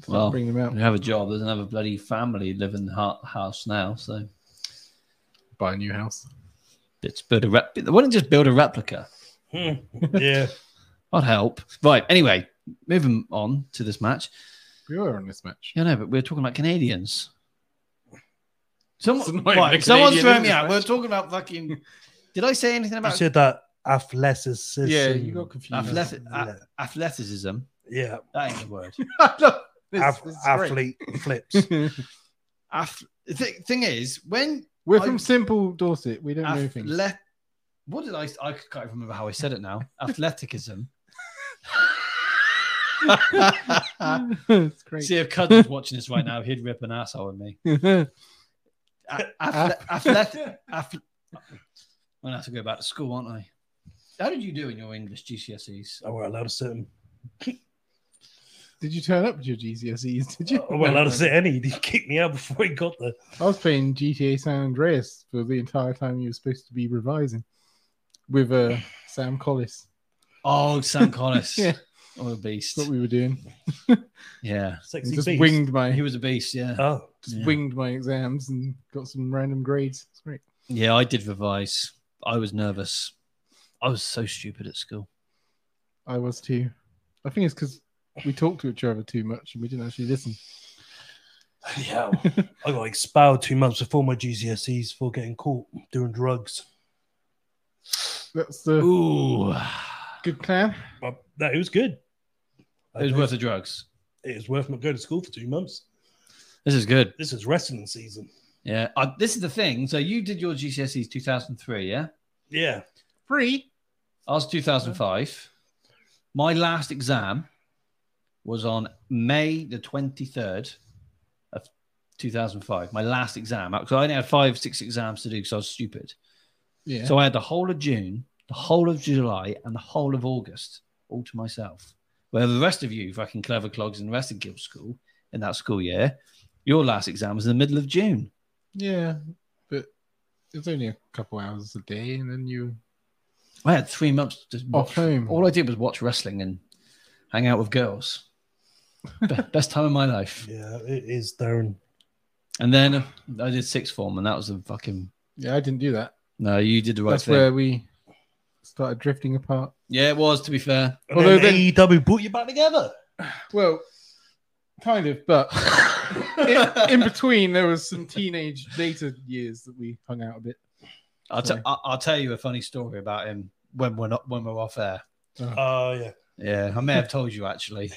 Speaker 3: Start
Speaker 2: Well,
Speaker 3: bring them out.
Speaker 2: You have a job. There's another bloody family living in the hou- house now. So
Speaker 3: Buy a new house.
Speaker 2: let's build a rep. Why don't you just build a replica?
Speaker 1: Hmm.
Speaker 3: <laughs>
Speaker 1: yeah.
Speaker 2: I'd help. Right. Anyway, moving on to this match.
Speaker 3: We were on this match.
Speaker 2: Yeah, no, but we're talking about Canadians. Someone,
Speaker 3: It's not even a
Speaker 2: right, someone's
Speaker 3: Canadian,
Speaker 2: throwing
Speaker 3: is
Speaker 2: me
Speaker 3: it,
Speaker 2: out.
Speaker 3: mate?
Speaker 2: We're talking about fucking. Did I say anything
Speaker 1: You
Speaker 2: about
Speaker 1: said that athleticism.
Speaker 3: Yeah, you got confused. <laughs>
Speaker 2: athletic, a- athleticism?
Speaker 1: Yeah.
Speaker 2: That ain't the word.
Speaker 3: Look, this-
Speaker 1: Ath-
Speaker 3: this is great.
Speaker 1: athlete flips.
Speaker 3: <laughs>
Speaker 2: Ath- th- thing is, when
Speaker 3: we're
Speaker 2: I-
Speaker 3: from simple Dorset. We don't know things. <laughs>
Speaker 2: athlete, what did I? I can't remember how I said it now. Athleticism.
Speaker 3: <laughs> it's great.
Speaker 2: See if Cud's watching this right now, he'd rip an asshole at me. A-
Speaker 3: <laughs>
Speaker 2: athle- athletic. ath- I'm gonna have to go back to school, aren't I? How did you do in your English GCSEs?
Speaker 1: I weren't allowed to sit.
Speaker 3: <laughs>
Speaker 1: in-
Speaker 3: Did you turn up with your GCSEs? Did you?
Speaker 1: I weren't allowed to sit any. He kicked me out before he got there.
Speaker 3: I was playing GTA San Andreas for the entire time you were supposed to be revising with uh, Sam Collis.
Speaker 2: Oh, Sam Collis.
Speaker 3: <laughs> Yeah.
Speaker 2: Oh, a beast.
Speaker 3: That's what we were doing.
Speaker 2: Yeah.
Speaker 1: Sexy
Speaker 3: Just
Speaker 1: beast.
Speaker 3: winged my
Speaker 2: He was a beast, yeah.
Speaker 3: Uh,
Speaker 1: Oh,
Speaker 3: just
Speaker 2: Yeah.
Speaker 3: <laughs> winged my exams and got some random grades. It's great.
Speaker 2: Yeah, I did revise. I was nervous. I was so stupid at school.
Speaker 3: I was too. I think it's because we talked to each other too much and we didn't actually listen.
Speaker 1: yeah. I got expelled two months before my GCSEs for getting caught doing drugs.
Speaker 3: That's the
Speaker 2: Ooh.
Speaker 3: good plan.
Speaker 1: But that it was good.
Speaker 2: It was worth the drugs.
Speaker 1: It was worth not going to school for two months.
Speaker 2: This is good.
Speaker 1: This is wrestling season.
Speaker 2: Yeah. I, this is the thing. So you did your GCSEs 2003, yeah?
Speaker 1: Yeah.
Speaker 3: Free.
Speaker 2: I was 2005. My last exam was on May the 23rd of 2005. My last exam. Because I only had five, six exams to do because I was stupid.
Speaker 3: Yeah.
Speaker 2: So I had the whole of June, the whole of July, and the whole of August all to myself. Where the rest of you, fucking clever clogs and the rest of Guild School in that school year, your last exam was in the middle of June.
Speaker 3: yeah. But it's only a couple hours a day and then you
Speaker 2: I had three months to
Speaker 3: off
Speaker 2: watch.
Speaker 3: home.
Speaker 2: All I did was watch wrestling and hang out with girls. Be-
Speaker 3: <laughs>
Speaker 2: Best time of my life.
Speaker 1: Yeah, it is Darren.
Speaker 2: And then uh, I did sixth form, and that was a fucking.
Speaker 3: yeah, I didn't do that.
Speaker 2: No, you did the right
Speaker 3: That's
Speaker 2: thing.
Speaker 3: where we started drifting apart.
Speaker 2: Yeah, it was. To be fair,
Speaker 1: And
Speaker 3: Although
Speaker 1: then
Speaker 3: then-
Speaker 1: AEW brought you back together.
Speaker 3: Well, kind of, <laughs> but in, in between there was some teenage later years that we hung out a bit.
Speaker 2: I'll, t-
Speaker 3: Sorry.
Speaker 2: I- I'll tell you a funny story about him when we're not when we're off air.
Speaker 1: Oh, yeah. <laughs>
Speaker 2: Yeah, I may have told you actually.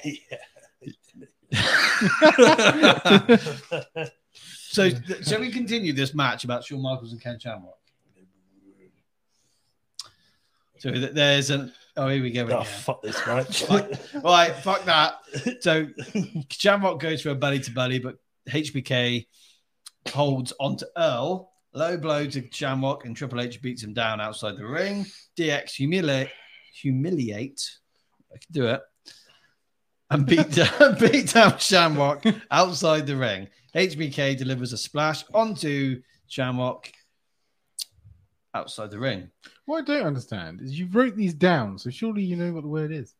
Speaker 1: yeah.
Speaker 2: <laughs> So, shall we continue this match about Shawn Michaels and Ken Shamrock? So th- there's an. Oh, here we go.
Speaker 1: oh,
Speaker 2: again.
Speaker 1: fuck this match.
Speaker 2: Right, fuck that. <laughs> So Shamrock goes for a belly to belly, but HBK holds onto Earl. Low blow to Shamrock, and Triple H beats him down outside the ring. DX humiliate, humiliate. I can do it. And
Speaker 3: <laughs>
Speaker 2: beat down, <laughs> beat down Shamrock outside the ring. HBK delivers a splash onto Shamrock, outside the ring.
Speaker 3: What I don't understand is you wrote these down, so surely you know what the word is.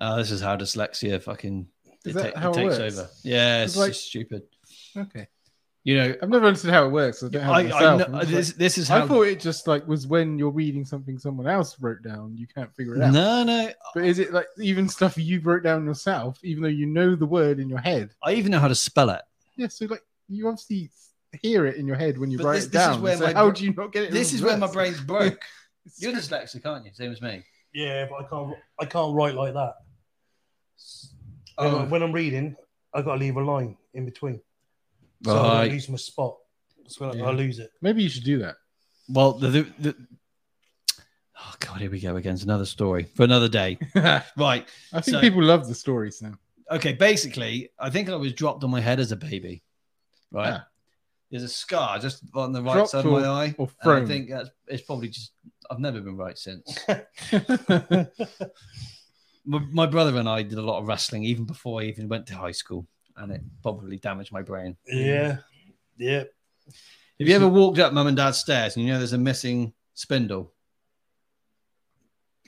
Speaker 2: Uh, this is how dyslexia fucking
Speaker 3: Is
Speaker 2: it,
Speaker 3: that
Speaker 2: ta-
Speaker 3: how
Speaker 2: it
Speaker 3: it
Speaker 2: takes
Speaker 3: works?
Speaker 2: over. Yeah,
Speaker 3: It's
Speaker 2: it's
Speaker 3: like-
Speaker 2: just stupid.
Speaker 3: Okay.
Speaker 2: You know,
Speaker 3: I've never understood how it works. so I don't have
Speaker 2: I,
Speaker 3: it
Speaker 2: I
Speaker 3: myself.
Speaker 2: know,
Speaker 3: I'm just like-
Speaker 2: this, this is how.
Speaker 3: I thought it just like was when you're reading something someone else wrote down, you can't figure it out.
Speaker 2: no, no,
Speaker 3: But is it like even stuff you wrote down yourself, even though you know the word in your head?
Speaker 2: I even know how to spell it.
Speaker 3: Yeah, so like you obviously hear it in your head when you
Speaker 2: But
Speaker 3: write
Speaker 2: this-
Speaker 3: it
Speaker 2: this is
Speaker 3: down.
Speaker 2: where
Speaker 3: so
Speaker 2: my
Speaker 3: how
Speaker 2: bra-
Speaker 3: do you not get it?
Speaker 2: This is where my
Speaker 3: reversed?
Speaker 2: brain's
Speaker 3: <laughs>
Speaker 2: broke. <laughs>
Speaker 3: It's
Speaker 2: You're dyslexic, aren't you? Same as me.
Speaker 1: Yeah, but I can't. I can't write like that.
Speaker 2: Oh.
Speaker 1: When I'm reading, I gotta leave a line in between, so I
Speaker 2: Right.
Speaker 1: don't lose my spot. So
Speaker 3: Yeah.
Speaker 1: I lose it.
Speaker 3: Maybe you should
Speaker 2: <laughs>
Speaker 3: do that.
Speaker 2: Well, the, the, the oh god, here we go again. It's another story for another
Speaker 3: <laughs>
Speaker 2: day. right.
Speaker 3: I think
Speaker 2: So-
Speaker 3: people love the stories now.
Speaker 2: Okay. Basically, I think I was dropped on my head as a baby. Right.
Speaker 3: Ah.
Speaker 2: There's a scar just on the right
Speaker 3: Dropped
Speaker 2: side
Speaker 3: or-
Speaker 2: of my eye.
Speaker 3: or
Speaker 2: and I
Speaker 3: thrown.
Speaker 2: think that's it's probably just I've never been right since. my, my brother and I did a lot of wrestling even before I even went to high school, and it probably damaged my brain.
Speaker 1: Yeah, yeah.
Speaker 2: Have you ever walked up mum and dad's stairs and you know there's a missing spindle?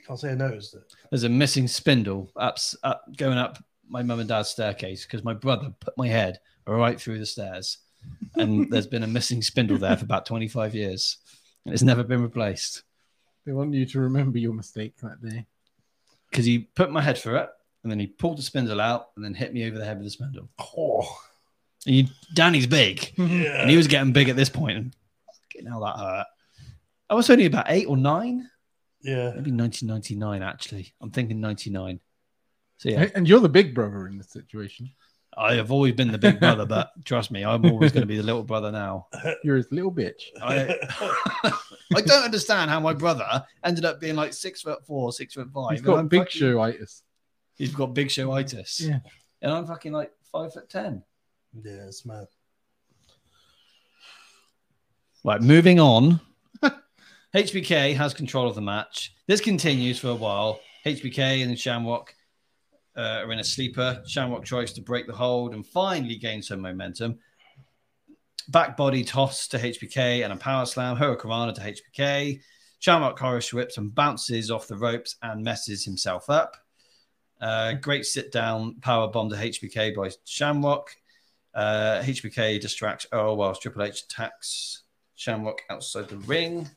Speaker 1: Can't say I noticed it.
Speaker 2: There's a missing spindle up, up going up my mum and dad's staircase because my brother put my head right through the stairs, and there's been a missing spindle there for about 25 years, and it's never been replaced
Speaker 3: They want you to remember your mistake that
Speaker 2: <laughs>
Speaker 3: day.
Speaker 2: because he put my head through it and then he pulled the spindle out and then hit me over the head with the spindle.
Speaker 1: Oh,
Speaker 2: And you, Danny's big, <laughs>
Speaker 1: yeah.
Speaker 2: and he was getting big at this point, and fucking hell, that hurt. I was only about eight or nine.
Speaker 1: yeah.
Speaker 2: Maybe 1999, actually. I'm thinking 99. So,
Speaker 3: <laughs>
Speaker 2: yeah,
Speaker 3: And- And you're the big brother in this situation.
Speaker 2: I have always been the big brother, but trust me, I'm always going to be the little brother now.
Speaker 3: You're his little bitch.
Speaker 2: I, I don't understand how my brother ended up being like six foot four, six foot five.
Speaker 3: He's
Speaker 2: and
Speaker 3: got
Speaker 2: I'm
Speaker 3: big
Speaker 2: fucking-
Speaker 3: showitis.
Speaker 2: He's got big showitis.
Speaker 3: Yeah.
Speaker 2: And I'm fucking like five foot ten.
Speaker 1: <laughs> Yeah, it's mad.
Speaker 2: Right, moving <laughs> on. HBK has control of the match. This continues for a while. HBK and Shamrock uh, are in a sleeper. Shamrock tries to break the hold and finally gains some momentum. Back body toss to HBK and a power slam. Hurricanrana to HBK. Shamrock Irish whips and bounces off the ropes and messes himself up. Uh, great sit down power bomb to HBK by Shamrock. Uh, HBK distracts Earl whilst Triple H attacks Shamrock outside the ring.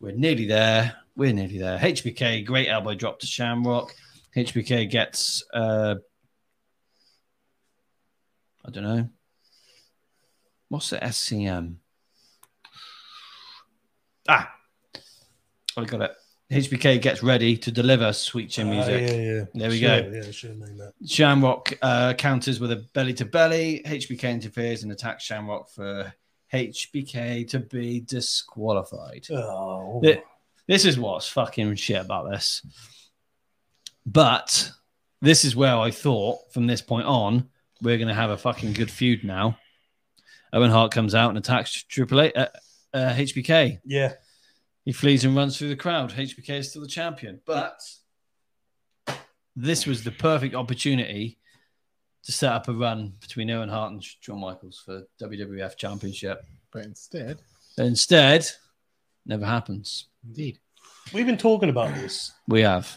Speaker 2: We're nearly there. We're nearly there. HBK, great elbow drop to Shamrock. HBK gets, uh, I don't know, what's the SCM? Ah, I got it. HBK gets ready to deliver Sweet Chin
Speaker 1: Ah,
Speaker 2: Music.
Speaker 1: yeah, yeah.
Speaker 2: There we
Speaker 1: Sure,
Speaker 2: go.
Speaker 1: Yeah, I should have known that.
Speaker 2: Shamrock uh, counters with a belly to belly. HBK interferes and attacks Shamrock for HBK to be disqualified.
Speaker 1: Oh,
Speaker 2: Th- This is what's fucking shit about this. But this is where I thought from this point on, we're going to have a fucking good feud now. Owen Hart comes out and attacks Triple H, uh, uh, HBK.
Speaker 1: yeah.
Speaker 2: He flees and runs through the crowd. HBK is still the champion, but this was the perfect opportunity to set up a run between Owen Hart and Shawn Michaels for WWF Championship.
Speaker 3: But instead,
Speaker 2: But instead, never happens.
Speaker 3: indeed.
Speaker 1: We've been talking about this.
Speaker 2: We have.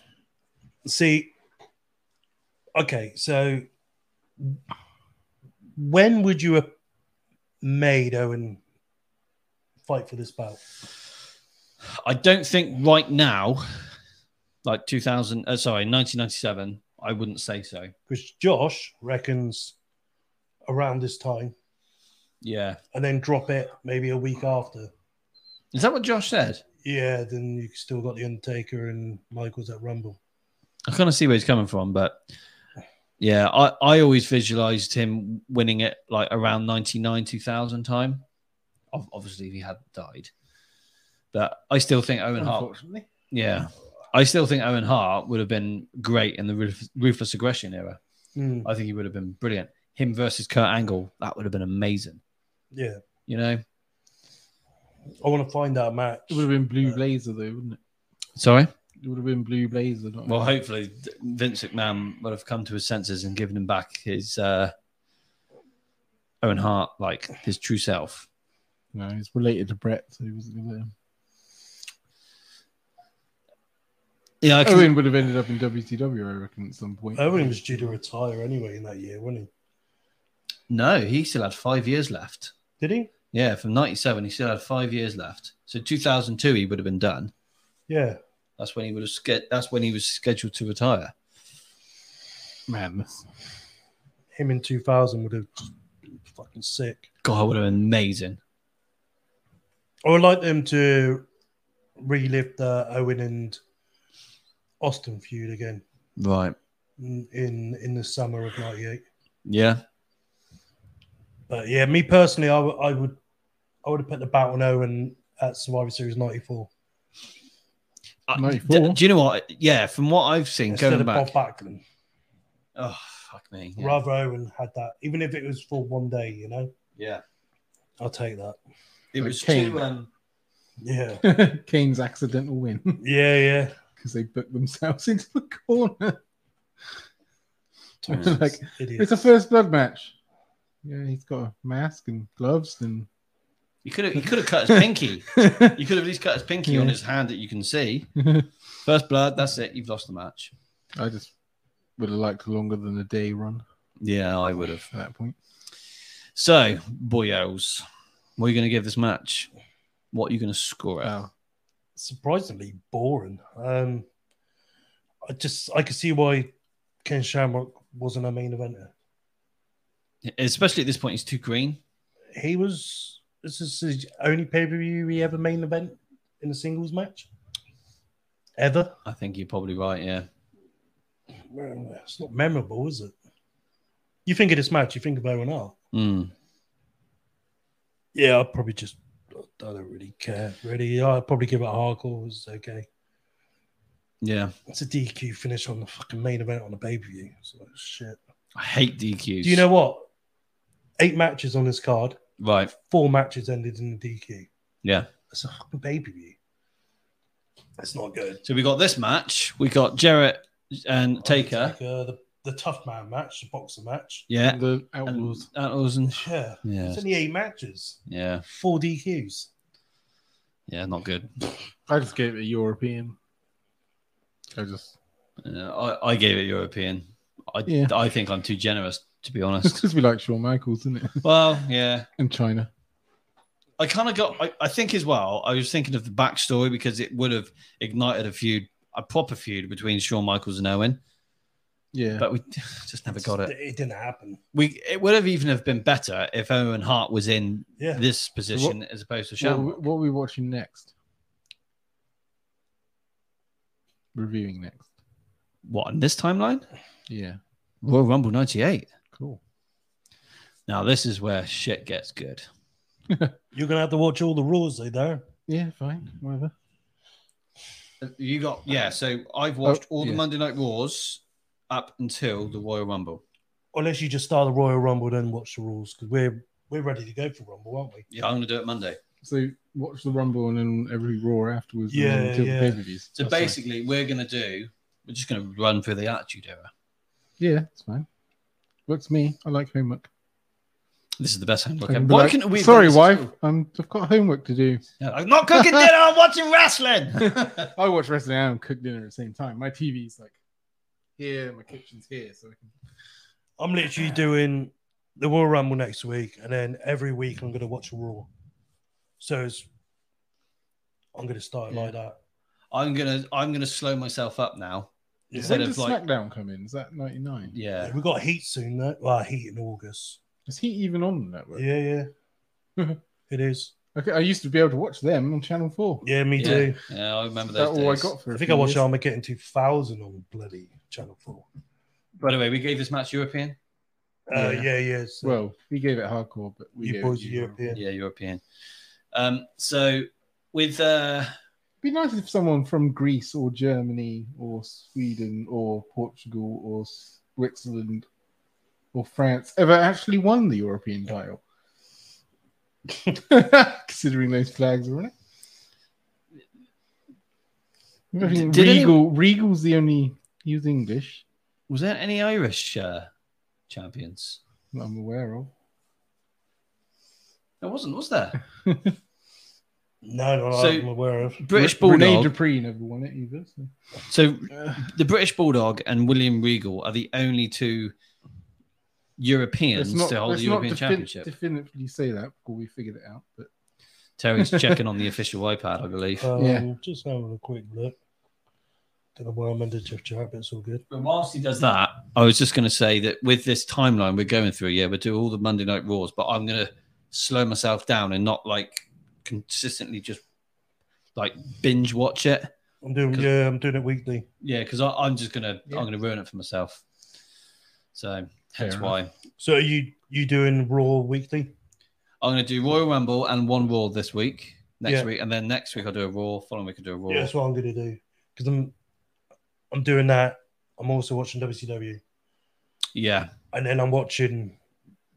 Speaker 1: See, okay, so when would you have made Owen fight for this belt?
Speaker 2: I don't think right now, like 2000, uh, sorry, 1997, I wouldn't say so.
Speaker 1: Because Josh reckons around this time,
Speaker 2: Yeah.
Speaker 1: and then drop it maybe a week after.
Speaker 2: Is that what Josh said?
Speaker 1: Yeah, then you still got the Undertaker and Michaels at Rumble.
Speaker 2: I kind of see where he's coming from, but yeah, I, I always visualized him winning it like around 99, 2000 time. Ob- Obviously, if he had died. But I still think Owen Hart,
Speaker 3: Unfortunately.
Speaker 2: yeah, I still think Owen Hart would have been great in the ruthless, ruthless aggression era.
Speaker 1: Mm,
Speaker 2: I think he would have been brilliant. Him versus Kurt Angle, that would have been amazing,
Speaker 1: yeah,
Speaker 2: you know?
Speaker 1: I want to find that match.
Speaker 3: It would have been Blue Blazer, though, wouldn't it?
Speaker 2: Sorry?
Speaker 3: It would have been Blue Blazer. Not
Speaker 2: Well, hopefully th- Vince McMahon would have come to his senses and given him back his uh, Owen Hart, like his true self.
Speaker 3: No, he's related to Brett, so he wasn't going to let him.
Speaker 2: Yeah, I can,
Speaker 3: Owen would have ended up in WCW, I reckon, at some point.
Speaker 1: Owen was due to retire anyway in that year, wasn't
Speaker 2: no, he still had five years left.
Speaker 1: he? Did he?
Speaker 2: Yeah, from 97, he still had five years left. So 2002, he would have been done.
Speaker 1: Yeah.
Speaker 2: That's when he would have. ske- That's when he was scheduled to retire.
Speaker 3: Madness. <laughs>
Speaker 1: Him in 2000 would have just been fucking sick.
Speaker 2: God, would have been amazing.
Speaker 1: I would like them to relive the Owen and Austin feud again
Speaker 2: Right.
Speaker 1: in in, in the summer of 98.
Speaker 2: Yeah.
Speaker 1: But yeah, me personally, I would I would I would have put the battle on Owen at Survivor Series 94
Speaker 2: I-
Speaker 3: 94.
Speaker 2: Uh, d- do you know what? Yeah, from what I've seen,
Speaker 1: instead
Speaker 2: going
Speaker 1: of
Speaker 2: back.
Speaker 1: Bob Backlund.
Speaker 2: Oh fuck me. Yeah.
Speaker 1: Rather Owen had that, even if it was for one day, you know.
Speaker 2: Yeah.
Speaker 1: I'll take that.
Speaker 2: It
Speaker 3: Like
Speaker 2: was
Speaker 3: Kane.
Speaker 2: two. Um,
Speaker 1: Yeah,
Speaker 3: Kane's accidental win <laughs>
Speaker 1: yeah, yeah.
Speaker 3: because they booked themselves <laughs> into the corner. like,
Speaker 1: Idiot.
Speaker 3: it's a first blood match. Yeah, he's got a mask and gloves and. <laughs>
Speaker 2: you could have. You could have cut
Speaker 1: <laughs>
Speaker 2: his pinky. You could have at least cut his pinky on
Speaker 3: Yeah.
Speaker 2: his hand that you can see.
Speaker 3: I
Speaker 2: First blood. That's it. You've lost the match.
Speaker 3: just would have liked longer than a day run
Speaker 2: Yeah, I would have.
Speaker 3: at that point.
Speaker 2: So, boyos, what are you going to give this match? What are you going to score it?
Speaker 1: Um,
Speaker 3: Wow.
Speaker 1: surprisingly boring. Um, I just I could see why Ken Shamrock wasn't a main eventer.
Speaker 2: Especially at this point, he's too green.
Speaker 1: He was. This is his only pay per view he ever main event in a singles match. Ever?
Speaker 2: I think you're probably right. Yeah.
Speaker 1: Well, It's not memorable, is it? You think of this match, you think of Owen Hart.
Speaker 2: Mm.
Speaker 1: Yeah, I'll probably just. I don't really care. Really, I'll probably give it a hardcore. It's okay.
Speaker 2: Yeah.
Speaker 1: It's a DQ finish on the fucking main event on the pay per view. It's like shit.
Speaker 2: I hate DQs.
Speaker 1: Do you know what? Eight matches on this card.
Speaker 2: Right.
Speaker 1: Four matches ended in a DQ.
Speaker 2: Yeah.
Speaker 1: That's a fucking pay per view. That's not good.
Speaker 2: So we got this match. We got Jarrett and Taker.
Speaker 1: Taker, the, the tough man match, the boxer match.
Speaker 2: Yeah. Um,
Speaker 3: The
Speaker 2: And
Speaker 3: Outlaws.
Speaker 2: Outlaws and
Speaker 1: Yeah.
Speaker 2: yeah,
Speaker 1: It's only eight matches.
Speaker 2: yeah,
Speaker 1: Four DQs.
Speaker 2: yeah, not good.
Speaker 3: I just gave it a European. I just. <laughs>
Speaker 2: Yeah, I, I gave it European. I
Speaker 3: Yeah.
Speaker 2: I think I'm too generous to be
Speaker 3: It's
Speaker 2: honest. <laughs>
Speaker 3: because we like Shawn Michaels, isn't it? <laughs>
Speaker 2: well, yeah,
Speaker 3: And China.
Speaker 2: I kind of got. I, I think as well. I was thinking of the backstory because it would have ignited a feud, a proper feud between Shawn Michaels and Owen.
Speaker 3: Yeah.
Speaker 2: But we <laughs> just never got it.
Speaker 1: It didn't happen.
Speaker 2: We it would have even have been better if Owen Hart was in
Speaker 1: Yeah.
Speaker 2: this position as opposed to
Speaker 3: What,
Speaker 2: Shamrock.
Speaker 3: what are we watching next? Reviewing next.
Speaker 2: What in this timeline?
Speaker 3: Yeah,
Speaker 2: Royal Rumble '98.
Speaker 3: cool.
Speaker 2: Now this is where shit gets good.
Speaker 1: You're going to have to watch all the Raws, though, though.
Speaker 3: Yeah, fine, whatever. Uh,
Speaker 2: You got yeah. So I've watched all the
Speaker 3: oh, yeah.
Speaker 2: Monday Night Wars up until the Royal Rumble.
Speaker 1: Unless you just start the Royal Rumble, then watch the rules because we're, we're ready to go for Rumble, aren't we?
Speaker 2: Yeah, I'm gonna do it Monday.
Speaker 3: So watch the Rumble and then every Raw afterwards. and
Speaker 1: Yeah,
Speaker 3: then until
Speaker 1: yeah.
Speaker 3: the pay-per-views.
Speaker 2: So
Speaker 3: That's fine.
Speaker 2: basically, we're gonna do. We're just gonna run through the Attitude Era.
Speaker 3: yeah, it's fine. Works for me. I like homework. Um,
Speaker 2: This is the best homework
Speaker 3: I
Speaker 2: ever.
Speaker 3: can be
Speaker 2: Why
Speaker 3: like,
Speaker 2: couldn't we? have
Speaker 3: Sorry,
Speaker 2: done this
Speaker 3: wife.
Speaker 2: at all?
Speaker 3: I'm, I've got homework to do.
Speaker 2: Yeah, I'm not
Speaker 3: <laughs>
Speaker 2: cooking dinner. I'm watching wrestling. <laughs>
Speaker 3: I watch wrestling and cook dinner at the same time. My TV's like here. My kitchen's here, so I can.
Speaker 1: I'm literally doing the Royal Rumble next week, and then every week I'm going to watch a Raw. So it's, I'm going to start it like that.
Speaker 2: I'm gonna. I'm gonna slow myself up now.
Speaker 1: Yeah.
Speaker 2: Instead
Speaker 3: When
Speaker 2: of
Speaker 3: does
Speaker 2: like-
Speaker 3: SmackDown come in? Is that '99?
Speaker 2: Yeah.
Speaker 1: We've got Heat soon, though. Well, Heat in August.
Speaker 3: Is he even on the network?
Speaker 1: Yeah, yeah.
Speaker 3: Mm-hmm.
Speaker 1: it is.
Speaker 3: Okay, I used to be able to watch them on Channel Four.
Speaker 1: Yeah, me
Speaker 2: Yeah.
Speaker 1: too.
Speaker 2: Yeah, I remember
Speaker 3: Is that
Speaker 2: those
Speaker 3: all I
Speaker 2: days.
Speaker 3: got for? a
Speaker 1: I think
Speaker 3: few
Speaker 1: I watched
Speaker 3: years?
Speaker 1: Armageddon 2000 on bloody Channel 4.
Speaker 2: By the way, we gave this match European.
Speaker 1: Uh,
Speaker 3: Yeah.
Speaker 1: yeah, yeah. so
Speaker 3: Well, we gave it hardcore, but we
Speaker 1: you
Speaker 3: gave
Speaker 1: boys
Speaker 3: it
Speaker 1: are
Speaker 3: Euro.
Speaker 1: European.
Speaker 2: Yeah, European. Um. So with uh.
Speaker 3: It'd be nice if someone from Greece or Germany or Sweden or Portugal or Switzerland or France ever actually won the European title. <laughs> Considering those flags are on it. I think
Speaker 2: did any-
Speaker 3: Regal, Regal's the only. He was English,
Speaker 2: Was there any Irish uh, champions?
Speaker 3: that I'm aware of.
Speaker 2: There wasn't, was
Speaker 3: <laughs>
Speaker 2: there?
Speaker 1: No, no,
Speaker 2: So-
Speaker 1: I'm aware of.
Speaker 2: British
Speaker 3: R- Rene
Speaker 2: Bulldog.
Speaker 3: Dupree never won it either. So.
Speaker 2: So
Speaker 3: Uh,
Speaker 2: the British Bulldog and William Regal are the only two Europeans
Speaker 3: let's not,
Speaker 2: to hold
Speaker 3: let's
Speaker 2: the
Speaker 3: not
Speaker 2: European
Speaker 3: defin-
Speaker 2: Championship.
Speaker 3: definitively say that before we figured it out. But
Speaker 2: Terry's
Speaker 3: <laughs>
Speaker 2: checking on the official iPad, I believe.
Speaker 1: Um,
Speaker 3: Yeah.
Speaker 1: Just having a quick look. Don't know why I'm under Jeff Jarrett, but it's all good.
Speaker 2: But whilst he does that, I was just going to say that with this timeline we're going through, yeah, we do all the Monday Night Raws, but I'm going to slow myself down and not like consistently just like binge watch it.
Speaker 1: I'm doing,
Speaker 2: 'Cause-
Speaker 1: yeah, I'm doing it weekly.
Speaker 2: Yeah, because I'm just going to
Speaker 3: Yeah.
Speaker 2: I'm going to ruin it for myself. So that's
Speaker 3: Fair
Speaker 2: why
Speaker 1: So are you you doing Raw weekly?
Speaker 2: I'm going to do Royal Rumble and one Raw this week, next
Speaker 1: Yeah.
Speaker 2: week, and then next week I'll do a Raw. Following week I'll do a Raw.
Speaker 1: Yeah, that's what I'm going to do because I'm I'm doing that. I'm also watching WCW,
Speaker 2: yeah,
Speaker 1: and then I'm watching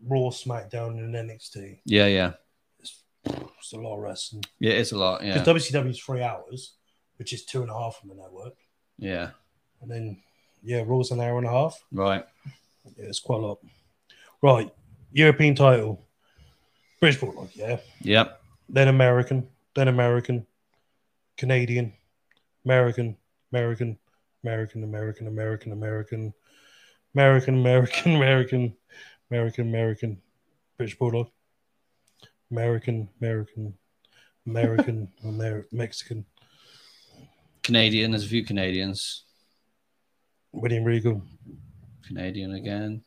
Speaker 1: Raw, SmackDown, and NXT.
Speaker 2: yeah, yeah.
Speaker 1: It's a lot of wrestling
Speaker 2: Yeah, It is a lot. Yeah,
Speaker 1: because WCW is three hours, which is two and a half from the network,
Speaker 2: yeah.
Speaker 1: and then yeah, Raw's an hour and a half.
Speaker 2: Right.
Speaker 1: Yeah, it's quite a lot. Right, European title, British Bulldog, yeah.
Speaker 2: Yep.
Speaker 1: Then American, then American, Canadian, American, American, American, American, American, American, American, American, American, American, American, British Bulldog, American, American,
Speaker 3: <laughs>
Speaker 1: American, Amer- Mexican,
Speaker 2: Canadian. There's a few Canadians.
Speaker 1: William Regal.
Speaker 2: Canadian again.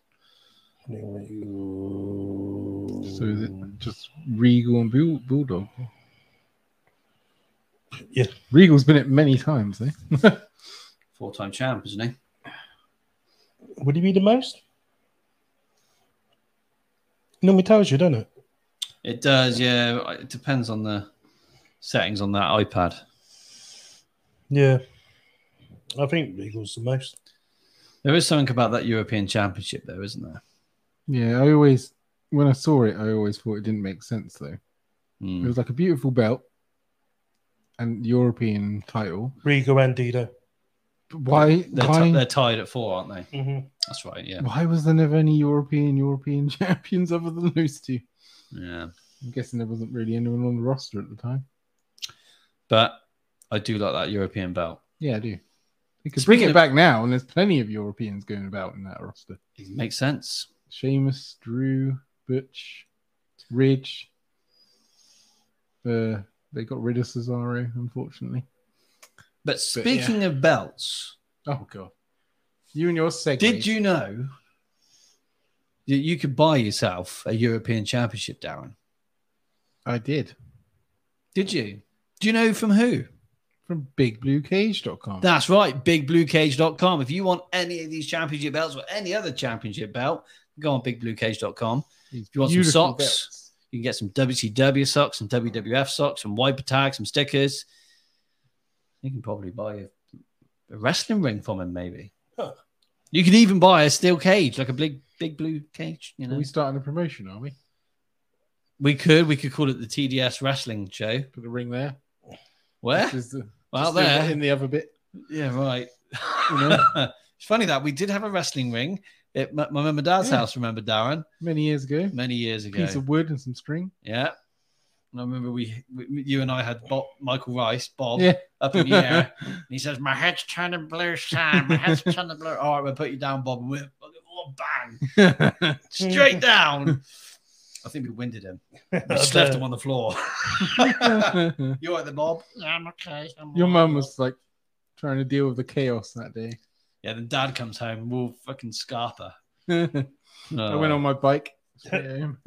Speaker 1: William Regal.
Speaker 3: so is it just Regal and Bull- Bulldog.
Speaker 1: Yeah.
Speaker 3: Regal's been it many times. Eh?
Speaker 2: Four time champ, isn't he?
Speaker 1: Would he be the most? Normally tells you, do not it?
Speaker 2: It does, yeah. It depends on the settings on that iPad.
Speaker 1: Yeah. I think Regal's the most.
Speaker 2: There is something about that European Championship, though, isn't there?
Speaker 3: Yeah, I always when I saw it, I always thought it didn't make sense though. It
Speaker 2: Mm.
Speaker 3: was like a beautiful belt and European title.
Speaker 1: Regal and Dido.
Speaker 3: But why?
Speaker 2: They're, ti-
Speaker 3: why?
Speaker 2: they're tied at four, aren't
Speaker 1: <laughs>
Speaker 2: they?
Speaker 1: Mm-hmm.
Speaker 2: That's right, yeah.
Speaker 3: Why was there never any European European <laughs> champions other than those two?
Speaker 2: Yeah.
Speaker 3: I'm guessing there wasn't really anyone on the roster at the time.
Speaker 2: But I do like that European belt.
Speaker 3: Yeah, I do. They could
Speaker 2: Speaking
Speaker 3: bring it
Speaker 2: of-
Speaker 3: back now, and there's plenty of Europeans going about in that roster.
Speaker 2: It makes sense.
Speaker 3: Sheamus, Drew, Butch, Ridge. Uh, they got rid of Cesaro, unfortunately.
Speaker 2: But speaking of belts,
Speaker 3: Oh god, you and your segment.
Speaker 2: did you know that you could buy yourself a European Championship, Darren?
Speaker 3: I did
Speaker 2: Did you? Do you know from who?
Speaker 3: from BigBlueCage.com.
Speaker 2: That's right, bigbluecage.com. If you want any of these championship belts or any other championship belt, go on bigbluecage.com.
Speaker 3: These
Speaker 2: you want some
Speaker 3: beautiful
Speaker 2: socks?
Speaker 3: belts.
Speaker 2: You can get some WCW socks, some WWF socks, some wiper tags, some stickers. You can probably buy a, a wrestling ring from him, maybe.
Speaker 1: Huh.
Speaker 2: You could even buy a steel cage, like a big, big blue cage. You
Speaker 3: Are
Speaker 2: know,
Speaker 3: we
Speaker 2: we,
Speaker 3: starting a promotion? Are we?
Speaker 2: could, we could call it the TDS Wrestling Show.
Speaker 3: Put a ring there.
Speaker 2: Where?
Speaker 3: This is the-
Speaker 2: Well,
Speaker 3: just
Speaker 2: there.
Speaker 3: in the other bit.
Speaker 2: Yeah, right.
Speaker 3: You know?
Speaker 2: <laughs> it's funny that we did have a wrestling ring at my, my mum and dad's
Speaker 3: Yeah.
Speaker 2: house. Remember, Darren,
Speaker 3: Many years ago,
Speaker 2: many years ago.
Speaker 3: piece of wood and some
Speaker 2: <laughs>
Speaker 3: string. <laughs>
Speaker 2: Yeah. And I remember we, we you and I had Bob, Michael Rice, Bob,
Speaker 3: Yeah.
Speaker 2: up in the
Speaker 3: <laughs>
Speaker 2: air. and he says, My head's turning blue, Sam. My head's turning blue. All right, we'll put you down, Bob. And we're oh, bang, straight down. I think we winded
Speaker 3: <laughs>
Speaker 2: him. We just left him on the floor. <laughs>
Speaker 3: Your
Speaker 2: you all right there, Bob? Yeah, I'm okay. I'm all right,
Speaker 3: mum
Speaker 2: Bob."
Speaker 3: was like trying to deal with the chaos that day. <laughs>
Speaker 2: Yeah, then dad comes home. and We're all fucking Scarpa.
Speaker 3: I
Speaker 2: Oh,
Speaker 3: went on my bike. 3 a.m.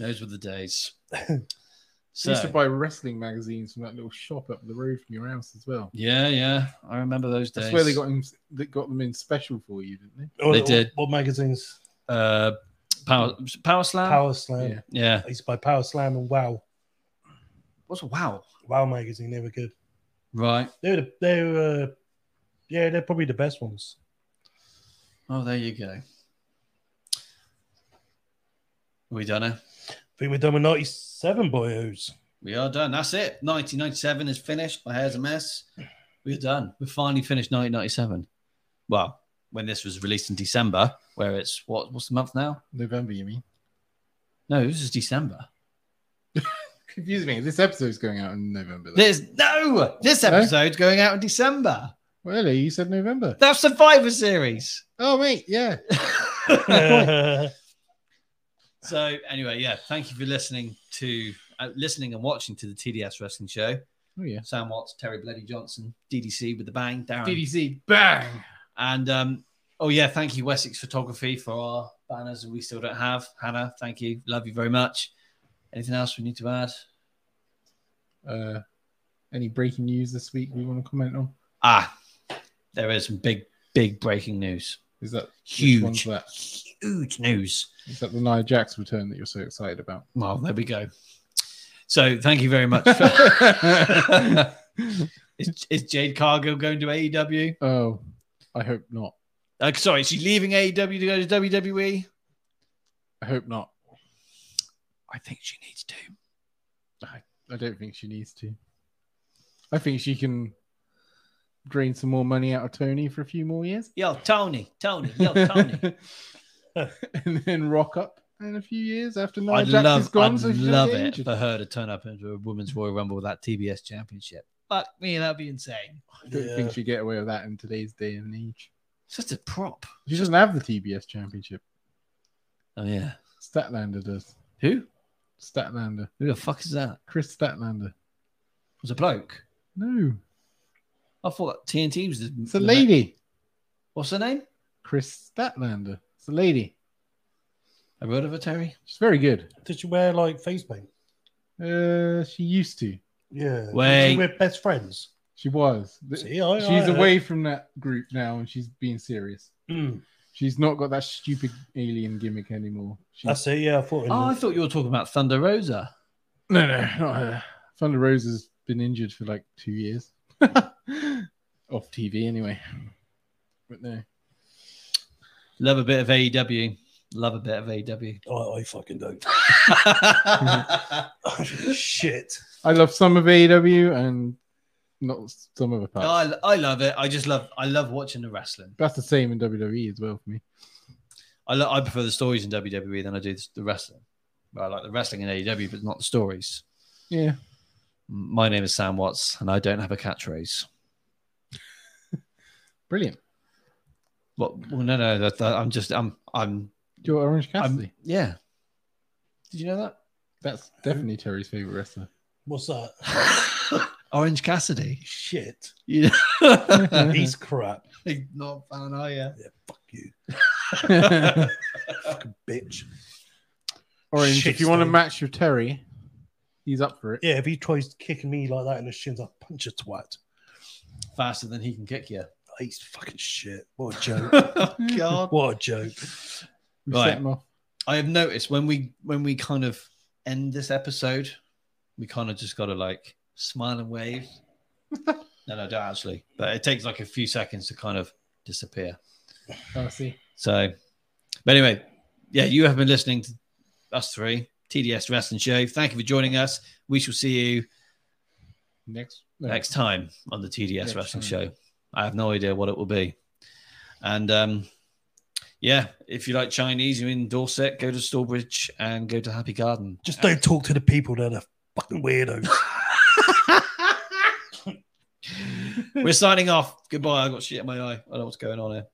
Speaker 2: Those were the
Speaker 3: <laughs>
Speaker 2: days.
Speaker 3: I used to
Speaker 2: So,
Speaker 3: buy wrestling magazines from that little shop up the road from your house as well.
Speaker 2: yeah, yeah. I remember those days.
Speaker 3: That's where they got them. They got them in special for you, didn't they?
Speaker 1: Oh,
Speaker 2: They did.
Speaker 1: What magazines?
Speaker 2: uh, Power, Power Slam.
Speaker 1: Power Slam.
Speaker 3: Yeah.
Speaker 2: Yeah.
Speaker 1: I used to buy Power Slam and Wow.
Speaker 2: What's wow?
Speaker 1: Wow magazine. They were good.
Speaker 2: Right.
Speaker 1: They were. The, they were. uh, Yeah, they're probably the best ones.
Speaker 2: Oh, there you go. We done it.
Speaker 1: I think we're done with ninety-seven <laughs> boyos.
Speaker 2: We are done. That's it. 1997 is finished. My hair's a mess. We're done. We finally finished 1997. Well, when this was released in December, where it's what? What's the month now?
Speaker 3: November, you mean?
Speaker 2: No, this is December.
Speaker 3: confusing me. This episode's going out in November. Though.
Speaker 2: There's no. This
Speaker 3: No?
Speaker 2: episode's going out in December.
Speaker 3: Really? You said November?
Speaker 2: That's Survivor Series. <laughs>
Speaker 3: Oh, mate, yeah.
Speaker 2: so anyway, yeah. Thank you for listening to uh, listening and watching to the TDS Wrestling Show.
Speaker 3: Oh, yeah.
Speaker 2: Sam Watts, Terry Bloody Johnson, DDC with the bang, Darren,
Speaker 3: DDC, bang.
Speaker 2: and um, oh yeah, thank you Wessex Photography for our banners that we still don't have. Hannah, thank you, love you very much. Anything else we need to add?
Speaker 3: Uh, any breaking news this week we want to comment on?
Speaker 2: Ah, there is some big, big breaking news.
Speaker 3: Is that Which one's
Speaker 2: Huge,
Speaker 3: that?
Speaker 2: huge news.
Speaker 3: is that the Nia Jax return that you're so
Speaker 2: <laughs>
Speaker 3: excited about? <laughs>
Speaker 2: Well, there we go. So thank you very much.
Speaker 3: <laughs>
Speaker 2: For... <laughs> is, is Jade Cargill going to E AEW?
Speaker 3: Oh, I hope not.
Speaker 2: Uh, sorry, is she leaving AEW to E? go to WWE?
Speaker 3: I hope not.
Speaker 2: I think she needs to.
Speaker 3: I don't think she needs to. I think she can drain some more money out of Tony for a few more years.
Speaker 2: Yo, Tony, Tony, yo, Tony. <laughs>
Speaker 3: <laughs> and then rock up in a few years after Nia
Speaker 2: I'd
Speaker 3: Jax is
Speaker 2: love,
Speaker 3: gone.
Speaker 2: I'd
Speaker 3: so she doesn't
Speaker 2: love
Speaker 3: get
Speaker 2: it <laughs>
Speaker 3: injured.
Speaker 2: for her to turn up into a women's Royal Rumble with that TBS championship. Fuck me, that'd be insane.
Speaker 3: I don't
Speaker 1: Yeah.
Speaker 3: think she'd get away with that in today's day and age.
Speaker 2: It's just a prop.
Speaker 3: She doesn't have the TBS championship.
Speaker 2: Oh yeah.
Speaker 3: Statlander does.
Speaker 2: Who?
Speaker 3: Statlander.
Speaker 2: Who the fuck is that?
Speaker 3: Chris Statlander.
Speaker 2: It was a bloke.
Speaker 3: No,
Speaker 2: I thought TNT was the,
Speaker 3: it's a
Speaker 2: the-
Speaker 3: lady.
Speaker 2: What's her name?
Speaker 3: Chris Statlander. It's a lady.
Speaker 2: Have you heard of her, Terry?
Speaker 3: She's very good.
Speaker 1: Did she wear like face paint?
Speaker 3: Uh, she used to.
Speaker 1: Yeah.
Speaker 2: Wait.
Speaker 1: Did she wear best friends?
Speaker 3: She was. Th-
Speaker 1: See, I, uh,
Speaker 3: she's
Speaker 1: I-
Speaker 3: away from that group now, and she's being serious.
Speaker 1: Mm,
Speaker 3: She's not got that stupid alien gimmick anymore. She's,
Speaker 1: that's it. Yeah, I thought.
Speaker 2: Oh, I thought you were talking about Thunder Rosa.
Speaker 3: no, no, not her. Thunder Rose has been injured for like two years, <laughs> off TV anyway. But no,
Speaker 2: Love a bit of AEW. Love a E bit of <laughs> AEW.
Speaker 1: I, I fucking don't. <laughs> Shit.
Speaker 3: I love some of AEW and not some of the parts.
Speaker 2: I, I love it. I just love I love watching the wrestling.
Speaker 3: That's the same in WWE as well for me.
Speaker 2: I lo- I prefer the stories in WWE than I do the, the wrestling. I like the wrestling in AEW, but not the stories.
Speaker 3: Yeah,
Speaker 2: My name is Sam Watts, and I don't have a catchphrase.
Speaker 3: brilliant.
Speaker 2: Well, well no, no, that, that- I'm just, I'm, I'm,
Speaker 3: Your Orange Cassidy.
Speaker 2: I'm, yeah. Did you know
Speaker 3: That's definitely Terry's favorite wrestler.
Speaker 1: What's that?
Speaker 2: that? <laughs> Orange Cassidy.
Speaker 1: Shit.
Speaker 2: You <laughs> know?
Speaker 1: He's crap.
Speaker 2: not a fan, are you?
Speaker 1: Yeah, fuck you,
Speaker 3: <laughs> Orange,
Speaker 1: fucking bitch. Shit,
Speaker 3: if you want to
Speaker 1: Steve.
Speaker 3: match your Terry, he's up for it.
Speaker 1: Yeah, if he tries to kick me like that in the shins, I'll punch a twat.
Speaker 2: Faster than he can kick <laughs> you.
Speaker 1: He's fucking shit. What a
Speaker 2: <laughs>
Speaker 1: joke.
Speaker 2: Oh, God.
Speaker 1: what a joke.
Speaker 3: We
Speaker 2: Right.
Speaker 3: set him off.
Speaker 2: I have noticed when we when we kind of end this episode, we kind of just got to like smile and
Speaker 3: <laughs>
Speaker 2: wave. no, no, don't actually. But it takes like a few seconds to kind of disappear.
Speaker 3: Oh, I see.
Speaker 2: So, but anyway, yeah, you have been listening to us three, TDS Wrestling Show. Thank you for joining us. We shall see you
Speaker 3: Next. no.
Speaker 2: next time on the TDS
Speaker 3: Next
Speaker 2: Wrestling
Speaker 3: time.
Speaker 2: Show. I have no idea what it will be. And um, yeah, if you like Chinese, you're in Dorset, go to Stallbridge and go to Happy Garden.
Speaker 1: Just don't talk to the people that are fucking weirdos.
Speaker 2: We're signing off. Goodbye. I've got shit in my eye. I don't know what's going on here.